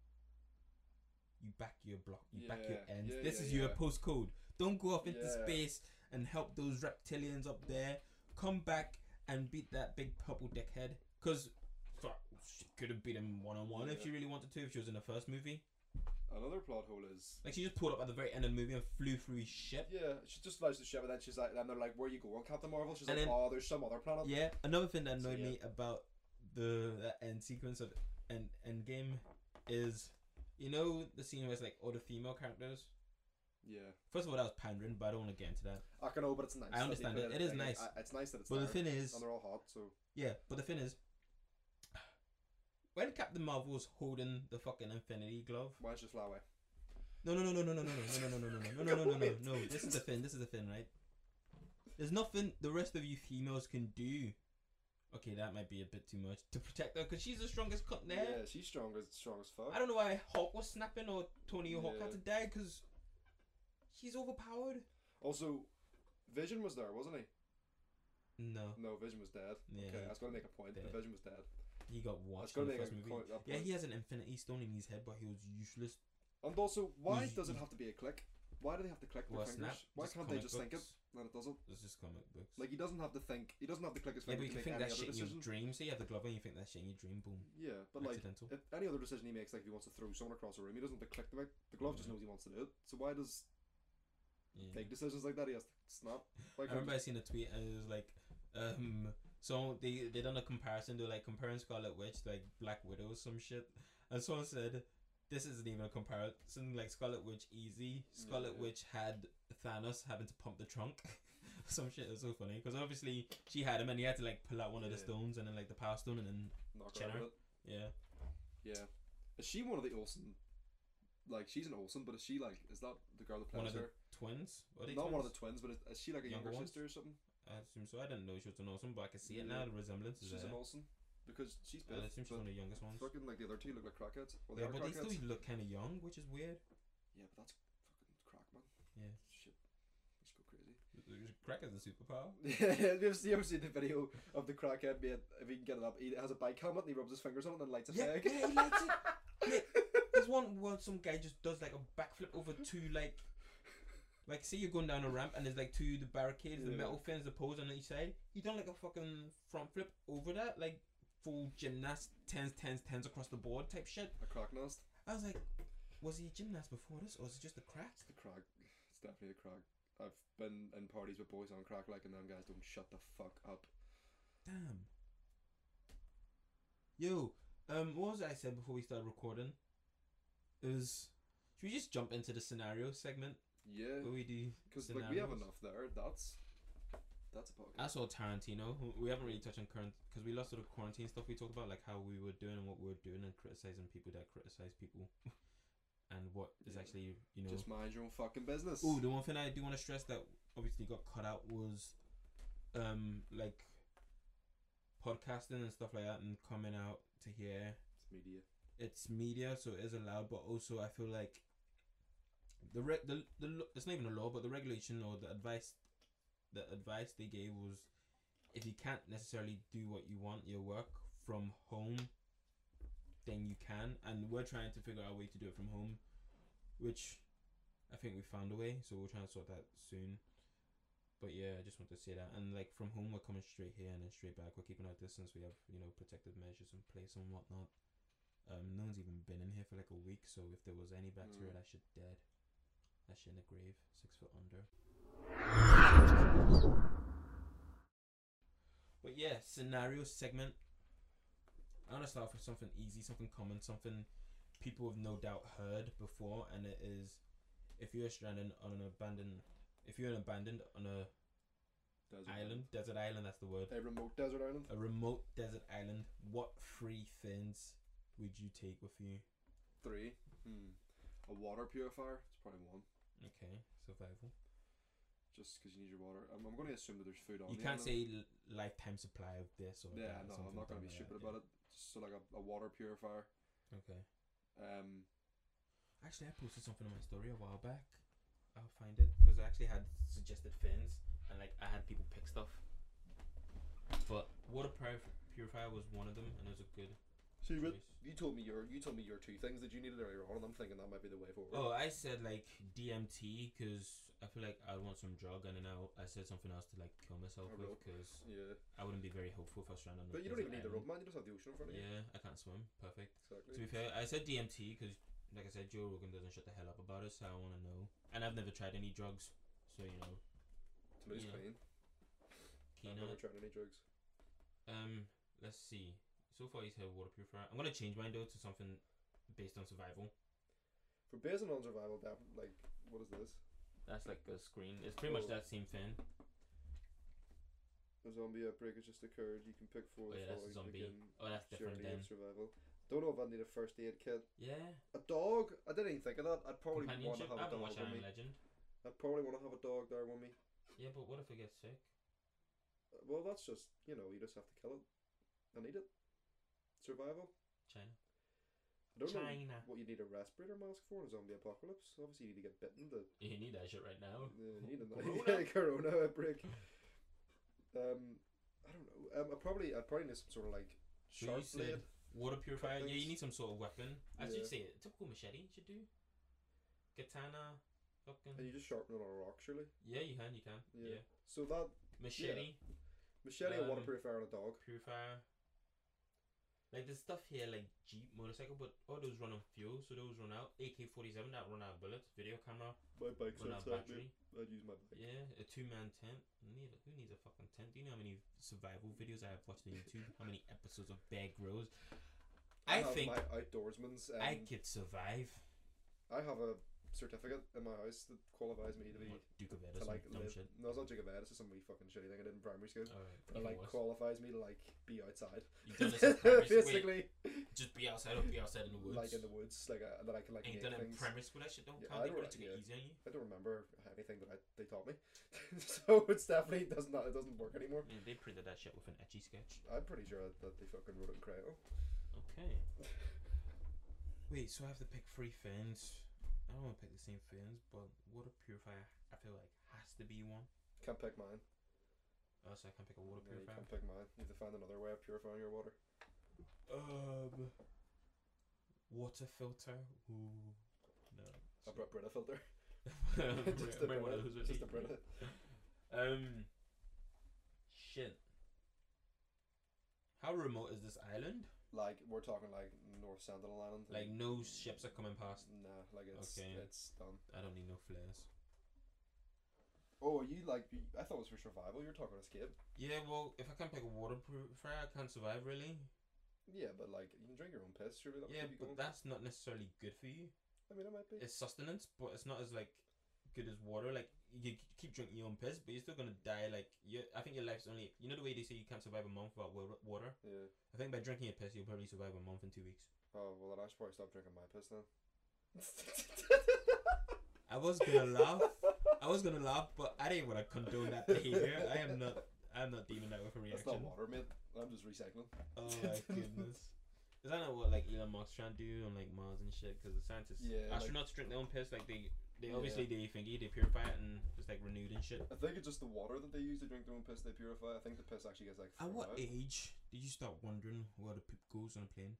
you back your block. You back your
Yeah,
end.
yeah,
this
yeah,
is your
yeah.
postcode. Don't go off into
Yeah.
space and help those reptilians up there. Come back and beat that big purple dickhead. Because she could have beat him one on one if
Yeah.
she really wanted to, if she was in the first movie.
Another plot hole is.
Like, she just pulled up at the very end of the movie and flew through his ship.
Yeah, she just loves the ship, and then she's like, and they're like, "Where you going, Captain Marvel?" She's
And
like,
then-
"Oh, there's some other planet."
Yeah, another thing that
So,
annoyed
yeah.
me about the that end sequence of end, end game is, you know, the scene where it's like all the female characters.
Yeah.
First of all, that was pandering, but I don't want to get into that.
I can know, but it's nice.
I
that they
understand
put
it.
in
It is
thing.
nice.
I- It's nice that it's.
But the
there,
thing is,
and they're all hot, so
Yeah, but the thing is, when Captain Marvel was holding the fucking Infinity Glove,
why don't you fly away?
no, no, no, no, no, no, no, no, no, no, no, no, no, no, no, no, no, no. This is the thing. This is the thing, right? There's nothing the rest of you females can do. Okay, that might be a bit too much to protect her because she's the strongest cunt there.
Yeah, she's strong as strong as fuck.
I don't know why Hulk was snapping or Tony Hawk
Yeah.
had to die because she's overpowered.
Also, Vision was there, wasn't he?
No,
No, Vision was dead. Mm, Okay,
Yeah.
I was gonna make a point.
Dead.
But Vision was dead.
he got
I was
washed in the
gonna make a,
first movie.
point, a point.
Yeah, he has an Infinity Stone in his head, but he was useless.
And also, why
He's-
does it
he's-
have to be a click? Why do they have to click their
Well,
fingers?
snap.
Why
Just
can't they
comic
just think it?
books.
Then it doesn't.
It's just comic books.
Like he doesn't have to think. He doesn't have to click his
yeah,
finger
but you
to
can
make
think
any
that
other
shit in your
decision.
dream. So you have the glove and you think that shit in your dream. Boom.
Yeah, but like
Accidental.
if any other decision he makes, like if he wants to throw someone across the room, he doesn't have to click the mic. The glove just knows he wants to do it. So why does
Yeah.
big decisions like that he has to snap? Why
I
can't
remember I seen a tweet and it was like, um, so they they done a comparison. They're like comparing Scarlet Witch to, like Black Widow or some shit, and someone said, "This isn't even a comparison. Like Scarlet Witch easy. Scarlet
Yeah.
Witch had Thanos having to pump the trunk." Some shit is so funny because obviously she had him and he had to like pull out one of the
Yeah.
stones and then like the power stone and then
knock her
Jenner?
out of it?
yeah
Yeah, is she one of the Olsen? Like she's an Olsen, but is she like is that the girl that
One
plays
of the
her?
twins. Are they
Not one of the
twins?
twins, but is, is she like a
Younger
younger
ones?
sister or something?
I assume so. I didn't know she was an awesome, but I can see it
Yeah.
now. The resemblance is
She's an
there.
Olsen because she's
I
been.
assume she's one of the youngest ones.
Fucking like the other two look like crackheads. Well, they
Yeah,
are
but they
crackheads.
still look kind of young, which is weird.
Yeah, but that's fucking crack, man.
Yeah.
Shit. Let's go crazy.
Crack is a superpower.
have you ever seen, you ever seen the video of the crackhead mate? If he can get it up, he has a bike helmet and he rubs his fingers on it and lights a
Yeah,
fag.
yeah, he likes it. There's one where some guy just does like a backflip over two like, like say you're going down a ramp and there's like two the barricades, the
Yeah.
metal fence, the poles on each side. He done like a fucking front flip over that, like full gymnast tens, tens, tens across the board type shit.
A crack nest.
I was like, was he a gymnast before this, or is it just a crack?
It's the crack. It's definitely a crack. I've been in parties with boys on crack like and them guys don't shut the fuck up.
Damn. Yo, um, what was it I said before we started recording? Is should we just jump into the scenario segment
Yeah.
where we do?
Because like we have
scenarios?
enough there. That's that's a podcast.
I saw Tarantino. We haven't really touched on current because we lost sort of quarantine stuff we talked about, like how we were doing and what we were doing, and criticizing people that criticize people, and what is
Yeah.
actually you know.
Just mind your own fucking business.
Oh, the one thing I do want to stress that obviously got cut out was, um, like podcasting and stuff like that, and coming out to here
It's media.
it's media, so it is allowed, but also I feel like the re- the the lo- it's not even a law, but the regulation or the advice, the advice they gave was, if you can't necessarily do what you want your work from home, then you can, and we're trying to figure out a way to do it from home, which, I think we found a way. So we'll try and sort that soon. But yeah, I just want to say that, and like from home, we're coming straight here and then straight back. We're keeping our distance. We have you know protective measures in place and whatnot. Um, no one's even been in here for like a week, so if there was any bacteria,
Mm.
that shit dead. That shit in the grave, six foot under. But yeah, scenario segment. I want to start off with something easy, something common, something people have no doubt heard before, and it is if you're stranded on an abandoned, if you're an abandoned on a
Desert
island, desert island, that's the word,
A remote desert island.
a remote desert island, what three things would you take with you?
Three. Hmm. A water purifier. It's probably one.
Okay, survival.
Just because you need your water. I'm, I'm going to assume that there's food on
You
the
can't say
island.
l- lifetime supply of this or
Yeah,
that,
no,
something
I'm not going to
dumb
be
like that,
stupid about it. So like a, a water purifier.
yeah. Okay.
Um.
Actually, I posted something on my story a while back. I'll find it because I actually had suggested fins and like I had people pick stuff. But water purif- purifier was one of them, and it was a good
So you,
choice.
you told me your you told me your two things that you needed earlier on, and I'm thinking that might be the way forward.
Oh, I said like DMT because I feel like I want some drug, and then I, I said something else to like kill myself
A
with
rope.
because
Yeah.
I wouldn't be very hopeful if I was stranded on. a
But you don't even
desert
need the rope,
island.
man. You just have the ocean in front of you.
Yeah, I can't swim. Perfect.
Exactly.
To be fair, I said DMT because, like I said, Joe Rogan doesn't shut the hell up about it, so I want to know. And I've never tried any drugs, so you know,
to lose
yeah.
clean.
keen on
I've never
it.
tried any drugs.
Um, let's see. So far, he's had water purifier. I'm gonna change mine though to something based on survival.
For basing on survival, that like what is this?
That's like a screen. It's pretty much
Oh.
that same thing.
A zombie outbreak has just occurred. You can pick
Oh
four of the
yeah, that's a
following to
zombie.
begin
Oh, that's different
journey
then.
in survival. Don't know if I need a first aid kit.
Yeah.
A dog? I didn't even think of that. I'd probably want
Companionship.
to have
I
a
haven't
dog
watched
with
Iron
me.
Legend.
I'd probably want to have a dog there with me.
Yeah, but what if I get sick?
Uh, Well, that's just you know you just have to kill it. I need it. Survival.
China.
I don't know
China.
what you need a respirator mask for in a zombie apocalypse. Obviously, you need to get bitten to
You need that shit right now.
Yeah, you need a
Oh. Corona.
corona. corona outbreak. Um, I don't know. Um, I probably I'd probably need some sort of like
So you
sharp blade.
said water purifier. Yeah, you
things.
need some sort of weapon. I should
Yeah.
say it. Typical machete you should do. Katana.
and
Fucking.
you just sharpen it on a rock, surely.
Yeah, you can. You can. Yeah.
Yeah. So that
Machete.
machete, a water
Um,
purifier, and a dog.
Purifier. Like there's stuff here like Jeep, motorcycle, but all those run on fuel, so those run out. AK forty seven that run out of bullets, video camera,
My bike's
run out of
outside
battery.
I'd use my bike.
Yeah, a two man tent. Who Need who needs a fucking tent? Do you know how many survival videos I have watched on YouTube? how many episodes of Bear Grylls? I,
have
think
my outdoorsman's. Um,
I could survive.
I have a certificate in my house that qualifies me to be
What, Duke of Ed or
to
some
like
dumb
live.
shit.
No, it's not Jacob Ed. It's just some wee fucking shitty thing I did in primary school.
Alright,
That
even
like
worse.
qualifies me to like be outside.
You've done this in primary school. Wait,
Basically,
just be outside or be outside in the woods.
like in the woods, like uh, that I can like
and
make
you've done it in
things.
primary school. That shit don't count.
Yeah, I
They
don't
would
like-
took
yeah.
it easy on you.
I don't remember anything that I, they taught me, so it's definitely doesn't it doesn't work anymore.
Yeah, they printed that shit with an etchy sketch.
I'm pretty sure that they fucking wrote it in Crayon.
Okay. Wait, so I have to pick three fins. I don't want to pick the same fins, but water purifier I feel like has to be one.
Can't pick mine.
Oh, so I can pick a water
Yeah, you
purifier.
can't pick mine. You have to find another way of purifying your water.
Um, water filter. Ooh, no.
A Br- Brita filter. just a
Buy one
Brita.
of those,
Just a
really.
Brita.
Um, shit. How remote is this island?
Like we're talking like North Sentinel Island.
Like no ships are coming past.
Nah, like it's
Okay.
it's done.
I don't need no flares.
Oh, are you like you- I thought it was for survival. You're talking escape.
Yeah, well, if I can't pick a waterproof fire, I can't survive really.
Yeah, but like you can drink your own piss. Surely that
Yeah,
keep you
but
going.
that's not necessarily good for you.
I mean, it might be.
It's sustenance, but it's not as like good as water. Like you c- keep drinking your own piss, but you're still gonna die. Like you, I think your life's only. You know the way they say you can't survive a month without wa- water.
Yeah.
I think by drinking your piss, you'll probably survive a month and two weeks.
Oh well, then I should probably stop drinking my piss then.
I was gonna laugh. I was gonna laugh, but I didn't want to condone that behavior. I am not. I'm not dealing that with a
That's
reaction.
not water, mate. I'm just recycling.
Oh my goodness. Is that not what like Elon Musk's trying to do on like Mars and shit? Because the scientists,
Yeah, like-
astronauts drink their own piss. Like they They
Yeah.
obviously they thingy they purify it and it's like renewed and shit.
I think it's just the water that they use to drink their own piss they purify. I think the piss actually gets like
At
thrown
what
out.
age did you start wondering where the poop goes on a plane?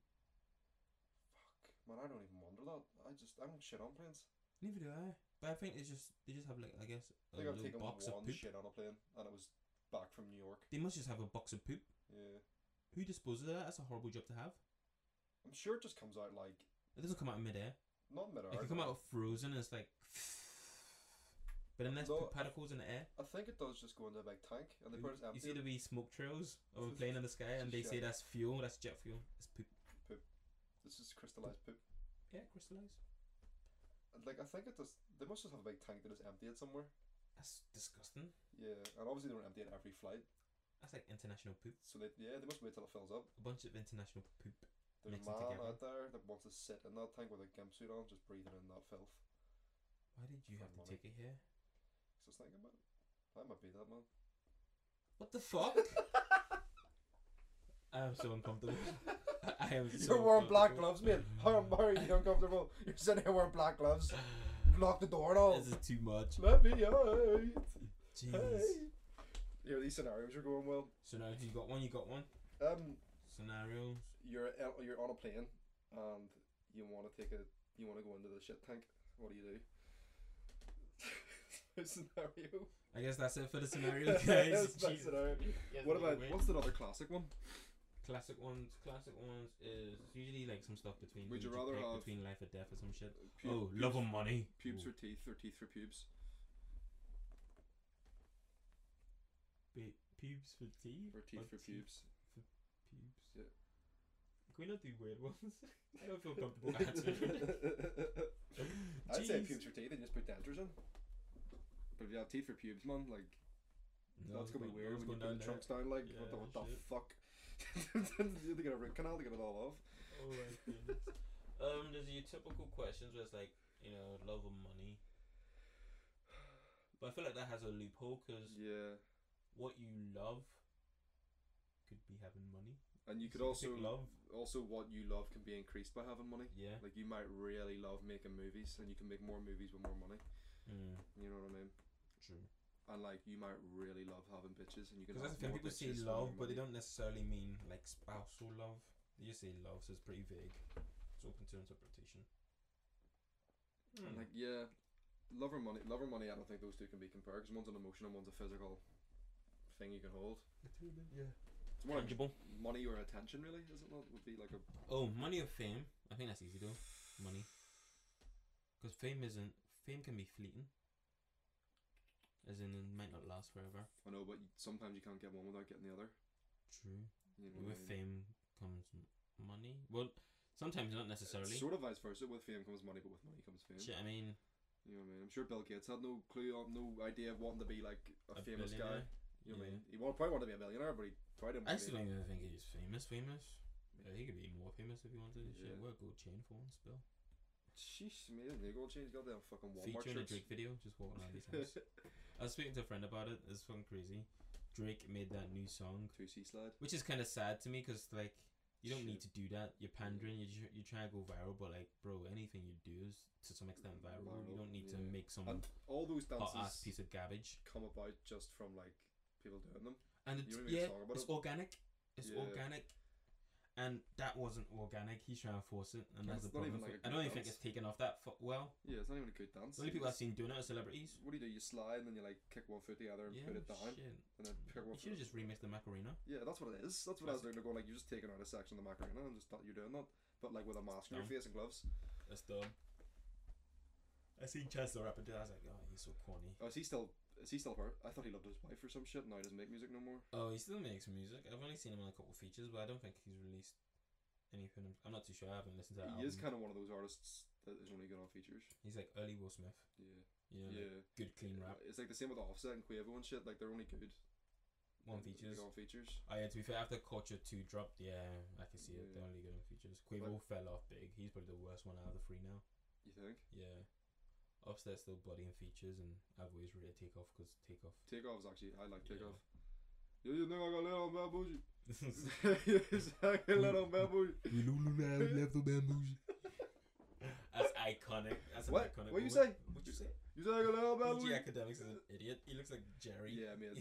Fuck, man, I don't even wonder that. I just I don't shit on planes.
Neither do I. But I think it's just they just have like I guess
I
a
think I've
little
taken
box of
one
poop.
shit on a plane, and it was back from New York.
They must just have a box of poop.
Yeah,
Who disposes of that? That's a horrible job to have.
I'm sure it just comes out like
It doesn't come out in midair.
not mid
It can come out frozen and it's like. But unless
No,
poop particles in the air,
I think it does just go into a big tank, and they
you,
put it
you see
empty.
the wee smoke trails of a plane in the sky, and they say
Shit.
that's fuel, that's jet fuel, it's poop.
It's just crystallized poop.
Yeah, crystallized.
And, Like I think it does. They must just have a big tank that is empty it somewhere.
That's disgusting.
Yeah, and obviously they don't empty it every flight,
That's like international poop.
so they yeah they must wait till it fills up.
A bunch of international poop.
There's
Mix
a
it
man
together.
out there that wants to sit in that tank with a gimp suit on, just breathing in that filth.
Why did you
For
have to
money.
take it here?
So I was thinking about, it. I might be that man.
What the fuck? I am so uncomfortable. I am. so
You're wearing black
uncomfortable.
gloves, mate. How, how are you uncomfortable? You're sitting here wearing black gloves. Lock the door and all.
This is too much.
Let me out.
Jeez.
Hey. Yeah, these scenarios are going well.
So now if you got one, you got one.
Um,
Scenarios.
you're el- you're on a plane and you want to take a you want to go into the shit tank. What do you do? scenario.
I guess that's it for the scenario, guys.
That's my
Jesus.
scenario. What about what's another classic one?
classic ones? Classic ones is usually like some stuff between.
Would
who
you rather
pick
have-
between life or death or some shit?
Pu-
oh,
pubes-
love or money.
Pubes
Ooh.
for teeth or teeth for pubes.
Wait, pubes for teeth.
Or teeth for pubes.
Pubes.
Yeah.
Can we not do weird ones? I don't feel comfortable answering.
I'd say
Jeez.
pubes for teeth and just put dentures in. But if you have teeth for pubes, man, like
No,
that's
it's
gonna be
going-
weird
it's
when you
going
put the
down
trunks down. Like what the,
Yeah,
what the
shit.
fuck? they get a root canal to get it all off.
Oh my goodness. um, there's your typical questions where it's like, you know, love or money. But I feel like that has a loophole because
Yeah,
what you love could be having money.
and you could
So
also
pick love.
also what you love can be increased by having money.
Yeah.
Like you might really love making movies, and you can make more movies with more money.
Mm,
You know what I mean?
true.
And like you might really love having bitches, and you can.
Because that's the thing.
have more
People say
bitches with
love,
more
but they
money.
don't necessarily mean like spousal love. They just say love, so it's pretty vague. It's open to interpretation.
And,
Hmm.
Like yeah, love or money, love or money. I don't think those two can be compared because one's an emotion and one's a physical thing you can hold.
yeah.
It's more like
Tangible.
money or attention, really, is it not? Would be like a
Oh, money or fame? I think that's easy though. Money. Because fame isn't. Fame can be fleeting. As in, it might not last forever.
I know, but you- sometimes you can't get one without getting the other.
True.
You know, what I
With
mean?
fame comes m- money. Well, sometimes not necessarily.
Sort of vice versa. With fame comes money, but with money comes fame.
Shit, I mean,
You know what I mean? I'm sure Bill Gates had no clue, on, no idea of wanting to be like a,
a
famous guy.
billionaire.
You know what I
Yeah.
mean? He wa- probably wanted to be a millionaire, but he tried to.
I still don't even think he's famous. Famous. Yeah, he could be more famous if he wanted. to. Shit,
Yeah.
wear a gold chain for once, Bill.
Sheesh, man, the gold chains, goddamn fucking Walmart
Featuring a
shirts.
Drake video, just walking around his house. I was speaking to a friend about it. It's fucking crazy. Drake made that new song
Two C slide.
which is kind of sad to me because like you don't need to
Shit.
do that. You're pandering. You tr- you try to go viral, but like, bro, anything you do is to some extent viral. you
Viral,
don't need to
yeah.
make some
And all those
hot ass
dances
piece of garbage.
come about just from like people doing them.
And
You
it's,
don't even
yeah,
talk about
it's
it.
organic. It's
Yeah.
organic. And that wasn't organic. He's trying to force it, and
And
that's the
it's not
problem.
even
with it.
like a
I
good
don't even think
dance.
it's taken off that fu- well.
Yeah, it's not even a good dance.
The only
You
people I've
just-
seen doing it are celebrities.
What do you do? You slide and then you like kick one foot together and
Yeah,
put it down,
shit.
and then
You
pick one
should
foot.
have just remixed the Macarena.
Yeah, that's what it is. That's what I was doing. They're going like you're just taking out a section of the macarena and just thought you're doing that, but like with a mask on your
Dumb.
face and gloves.
That's dumb. I seen Chance the Rapper do. that, I was like, oh, he's so corny.
Oh, is he still? Is he still hurt? I thought he loved his wife or some shit. Now he doesn't make music no more.
Oh, he still makes music. I've only seen him on a couple of features, but I don't think he's released anything. I'm- I'm not too sure. I haven't listened to that
he is
album.
kind of one of those artists that is only good on features.
He's like early Will Smith.
Yeah,
You know, like,
yeah.
good clean rap,
It's like the same with Offset and Quavo and shit. Like they're only good
one
like,
features.
on features.
Oh yeah, to be fair, after Culture Two dropped, yeah, I can see it. They're only good on features. Quavo fell off big. He's probably the worst one out of the three now.
You think?
Yeah. Upstairs still bodying features, and I've always rated Takeoff because Takeoff.
Takeoff's actually. I like
Yeah.
Takeoff. Yeah. You know I got little bad bougie.
you
Yes, I got little bad bougie.
lulu bamboo. That's iconic. That's an
What?
iconic
What'd you
moment.
say?
What'd you say?
You say I got a little bad
PG
one?
Academics is an idiot. He looks like Jerry.
Yeah, man.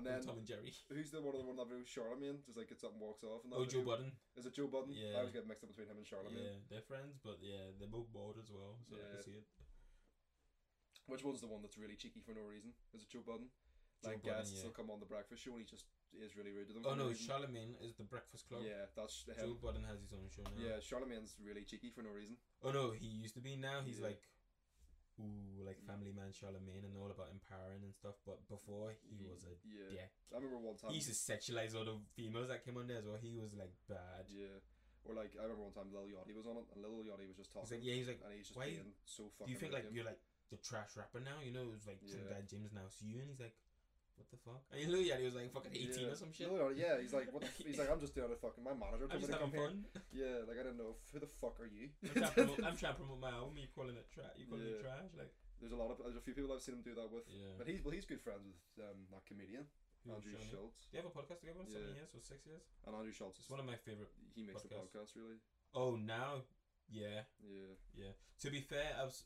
from
then
Tom and Jerry.
who's the one of the one that was Charlemagne? Just like gets up and walks off. And that
Oh, Joe
video?
Budden.
Is it Joe Budden?
Yeah.
I always get mixed up between him and Charlemagne.
Yeah, they're friends, but yeah, they're both bald as well, so I can
Yeah.
see it.
Which one's the one that's really cheeky for no reason? Is it Joe Budden?
Joe
like
Budden,
guests
yeah.
will come on the breakfast show and he just is really rude to them.
Oh
for
no,
reason.
Charlemagne is the Breakfast Club.
Yeah, that's him.
Joe Budden has his own show now.
Yeah, Charlemagne's really cheeky for no reason.
Oh no, he used to be. Now he's
Yeah.
like, ooh, like family man Charlemagne and all about empowering and stuff. But before he was a
yeah.
dick.
I remember one time.
He used to sexualize all the females that came on there as well. He was like bad.
yeah. Or like I remember one time Lil Yachty was on it and Lil Yachty was just
He's
talking.
like, yeah, he's like,
and he's just
why you-
being
do
so
you
fucking.
think like
rude to him.
you're like the trash rapper now? You know, it was like some
Yeah.
guy James now see you, and he's like, what the fuck? And he looked at it, he was like fucking eighteen
yeah.
or some shit.
Lil Yachty, yeah, he's like, what? The f-? He's like, I'm just doing a fucking. My manager
I'm
told me
just
to come
having
here.
fun.
Yeah, like I don't know who the fuck are you.
I'm trying, to promote, I'm trying to promote my album. You calling it trash? You calling it
Yeah.
trash? Like,
there's a lot of there's a few people I've seen him do that with.
yeah.
But he's well, he's good friends with um, that comedian
Who was
Andrew
showing it?
Schultz.
Do you have a podcast together? Seven
Yeah.
years or six years?
And Andrew Schultz
It's
is
one of my favorite.
he makes the
podcasts.
podcast really.
Oh, now, yeah.
Yeah.
To be fair, I was,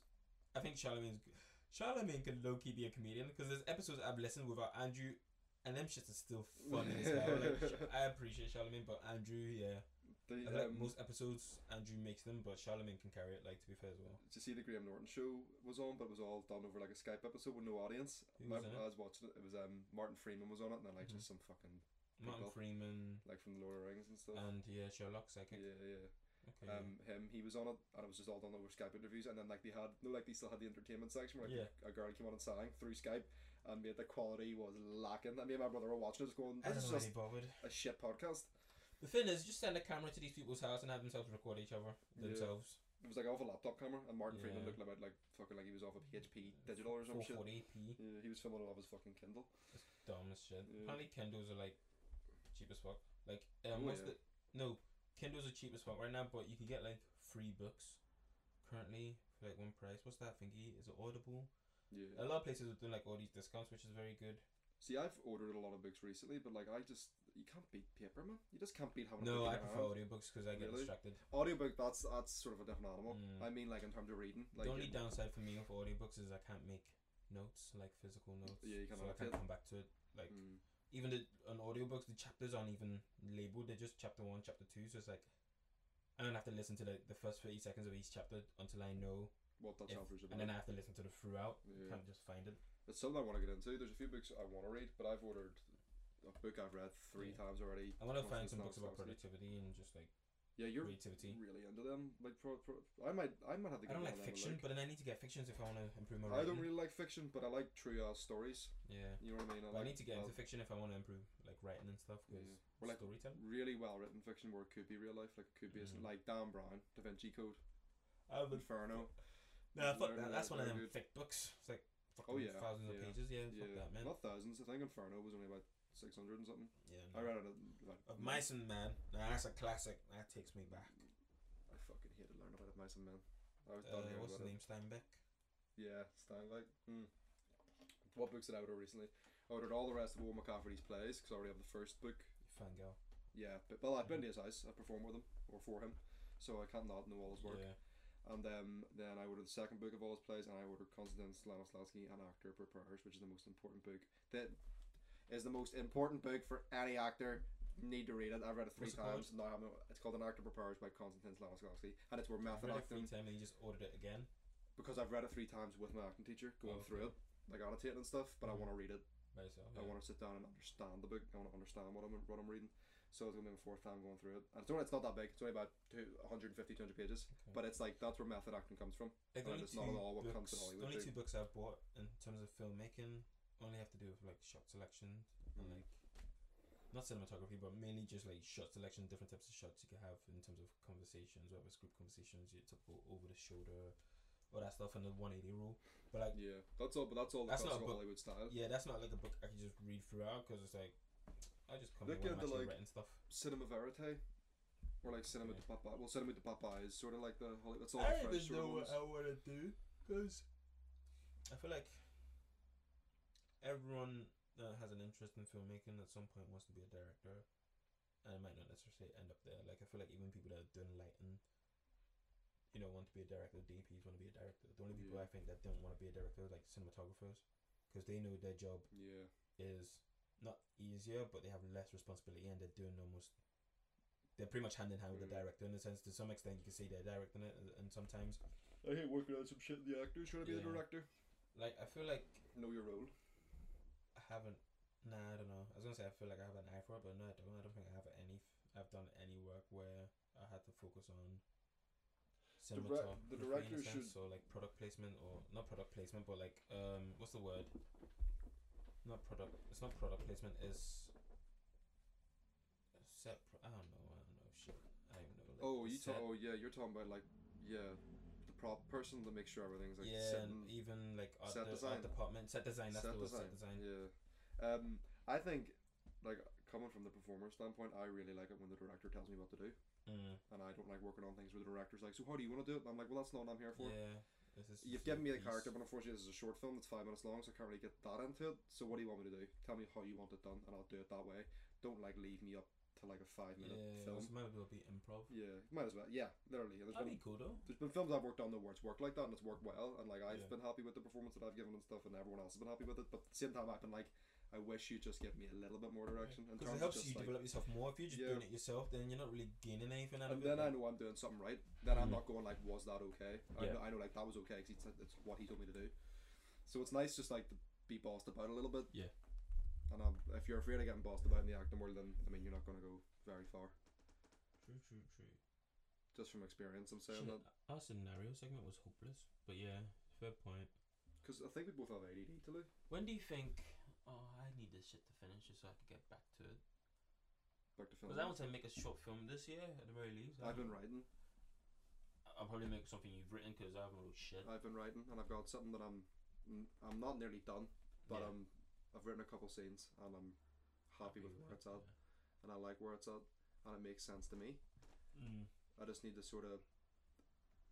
I think Charlemagne's, g- Charlemagne could low key be a comedian because there's episodes I've listened without Andrew, and them shits are still funny as hell. Like, sh- I appreciate Charlemagne, but Andrew, yeah, I
The,
like
um,
most episodes Andrew makes them, but Charlemagne can carry it. Like to be fair as well.
did you see the Graham Norton show was on, but it was all done over like a Skype episode with no audience.
Who
My-
was in it? Mm-hmm.
I was watching it. It was um Martin Freeman was on it, and then like just some fucking
Martin
People.
Freeman
like from the Lord of the Rings and stuff.
and yeah, Sherlock Psychic.
yeah, yeah.
Okay.
Um, him, he was on it, and it was just all done over Skype interviews. And then like they had, no, like they still had the entertainment section where like, a girl came on and sang through Skype, and made the quality was lacking. And me and my brother were watching it, just going,
I don't
"This is
know why
just
they bothered.
a shit podcast."
The thing is, just send a camera to these people's house and have themselves record each other
Yeah.
themselves.
It was like off a laptop camera, and Martin Freeman
Yeah.
looked about like fucking like he was off a PHP digital or some shit.
440p.
Yeah, he was filming it off his fucking Kindle.
Dumb as shit.
Yeah.
Apparently Kindles are like cheap as fuck. Like
Oh,
um, what's
yeah.
the no Kindles are cheap as fuck right now, but you can get like free books currently for like one price. What's that thingy? Is it Audible?
Yeah.
A lot of places are doing like all these discounts, which is very good.
See, I've ordered a lot of books recently, but like I just you can't beat paper, man. You just can't beat having.
No, I
a book in your
prefer
hand.
audiobooks because I get
Really?
distracted.
audiobook. That's that's sort of a different animal.
Mm.
I mean, like in terms of reading, like
the only
in-
downside for me with audiobooks is I can't make notes, like physical notes.
Yeah, you can't
so I
annotate
can't
it.
come back to it. Like
Mm.
even the on audiobooks the chapters aren't even labeled they're just chapter one chapter two so it's like i don't have to listen to the, the first 30 seconds of each chapter until i know
what that
if-
chapter's about.
and then i have to listen to the throughout
Yeah.
can't just find it
It's something I want to get into. There's a few books I want to read, but I've ordered a book I've read three
Yeah.
times already.
i want to find
Constance
some books about
Nastasiadis.
productivity and just like
Yeah, you're
creativity
really into them. Like, pro, pro, I might, I might have to
i
get
don't
one
like
of them and
fiction
look.
but then i need to get fictions if i want to improve my
I
writing
don't really like fiction, but I like true uh, stories.
yeah
You know what I mean? I,
But
like
i need to get
well-
into fiction if i want to improve like writing and stuff because
Yeah. Well, like-
storytelling
really well written fiction where it could be real life, like it could be a s
Mm.
like Dan Brown, Da Vinci Code,
i would
Inferno.
nah, fuck that
learn that,
that's one of
very
them
good.
thick books it's like
Oh,
fucking
yeah,
thousands of
yeah,
pages yeah,
Yeah,
fuck that man
not thousands. I think Inferno was only about six hundred and something.
yeah
I read it at, like
Mm. Of Mice and Man. Nah, that's a classic. That takes me back.
I fucking hated learning about it, Mice and Men. I was
Uh,
done hearing
what's
about
his
it.
name? Steinbeck.
Yeah, Stan like. Hmm. What books did I order recently? I ordered all the rest of Will McCafferty's plays because I already have the first book.
Fangirl.
Yeah, but well, I've been to
Mm-hmm.
his house. I performed with him or for him, so I can't not know all his work.
Yeah.
And um, then I ordered the second book of all his plays, and I ordered Konstantin Stanislavski, An Actor Prepares, which is the most important book. That is the most important book for any actor. Need to read it. I've read it three
What's it called?
times. Now I'm, it's called An Actor Prepares by Konstantin Stanislavski, and it's where
I
method
read it three
acting
times and he just ordered it again.
because I've read it three times with my acting teacher, going
Oh,
through it,
okay.
like annotating and stuff. But I want to read it.
By yourself.
I
yeah.
want to sit down and understand the book. I want to understand what I'm what I'm reading. So it's gonna be my fourth time going through it. And it's, only, it's not that big. It's only about two, 150, 200 pages.
Okay.
But it's like that's where method acting comes from.
Like, the
Oh,
only
that's
two
not at all what comes
books.
to
The
Hollywood,
only
dude.
two books I've bought in terms of filmmaking only have to do with like shot selection and
Mm.
like not cinematography, but mainly just like shot selection, different types of shots you can have in terms of conversations, whether it's group conversations, your typical over the shoulder, all that stuff, and the 180 rule. But like,
Yeah, that's all. But that's all the
That's not a
classical
book.
Hollywood style.
yeah, that's not like a book I can just read throughout because it's like I just come
Look
here when I'm
at the,
actually
like,
writing stuff.
Cinema verite, or like cinema
Yeah.
de papa. Well, cinema de papa is sort of like the Hollywood. That's all
I
the
don't
French
even
sort
know
of
what
ones.
I want to do because I feel like everyone that has an interest in filmmaking at some point wants to be a director, and it might not necessarily end up there. Like I feel like even people that are doing lighting, you know, want to be a director, DPs want to be a director. The only people
Yeah.
I think that don't want to be a director are like cinematographers, because they know their job
Yeah.
is not easier, but they have less responsibility and they're doing almost. They're pretty much hand in hand with the
Mm.
director in a sense. To some extent, you can say they're directing it, and- and sometimes,
I hate working on some shit. The actor's trying to be
Yeah.
the director.
like, I feel like
Know your role.
I haven't. Nah, I don't know. I was gonna say I feel like I have an eye for it, but no, I don't. I don't think I have any. I've done any work where I had to focus on.
Direc-
cinematography
the
in a
director
sense,
should-
So like product placement or not product placement, but like um, what's the word? Not product. It's not product placement. Is set. Pro- I don't know. I don't know. Shit. I don't know. Like,
Oh,
the
you ta-
set-
oh yeah, you're talking about like yeah, the prop person to make sure everything's like
yeah,
set
and
and
even like art,
set
de-
design.
art department, set design. That's
set
the word.
design.
Set design.
Yeah. Um, I think like coming from the performer standpoint, I really like it when the director tells me what to do,
Mm,
and I don't like working on things where the director's like, "So how do you want to do it?" And I'm like, "Well, that's not what I'm here for."
yeah. This is
You've
just your
given me the
piece.
character, but unfortunately, this is a short film. It's five minutes long, so I can't really get that into it. So, what do you want me to do? Tell me how you want it done, and I'll do it that way. Don't like leave me up to like a five minute
Yeah,
film.
it might as well be improv.
Yeah, might as well. Yeah, literally. There's
That'd
been,
be cool though.
there's been films I've worked on that where it's worked like that and it's worked well, and like I've
Yeah.
been happy with the performance that I've given and stuff, and everyone else has been happy with it. But at the same time, I've been like, I wish you'd just give me a little bit more direction. in
Because it
terms of
helps
just,
you
like,
develop yourself more. If you're just
Yeah.
doing it yourself, then you're not really gaining anything out of
And
it.
then I
like-
know I'm doing something right. Then I'm
Mhm.
not going like, was that okay? I,
Yeah.
know, I know like that was okay because it's what he told me to do. So it's nice just like to be bossed about a little bit.
Yeah.
And um, if you're afraid of getting bossed about in the acting world, then I mean you're not going to go very far.
True, true, true.
Just from experience, I'm saying
Shit,
that
Our scenario segment was hopeless, but yeah, fair point.
because I think we both have ADD to do.
When do you think? Oh, I need this shit to finish just so I can get back to it.
Back to film.
Because I want to make a short film this year at the very least.
I've been writing.
I'll probably make something you've written because I haven't wrote shit.
I've been writing, and I've got something that I'm I'm not nearly done, but
Yeah.
um I've written a couple scenes, and I'm happy with where it's at,
yeah.
and I like where it's at, and it makes sense to me.
Mm,
I just need to sort of.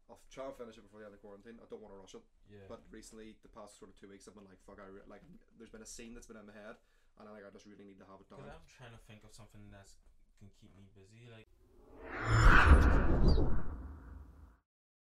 I'll try and finish it before the end of quarantine. I don't want to rush it,
yeah.
but recently, the past sort of two weeks, I've been like, "Fuck!" I re- like. There's been a scene that's been in my head, and I like I just really need to have it
Because
done.
I'm trying to think of something that's can keep me busy. Like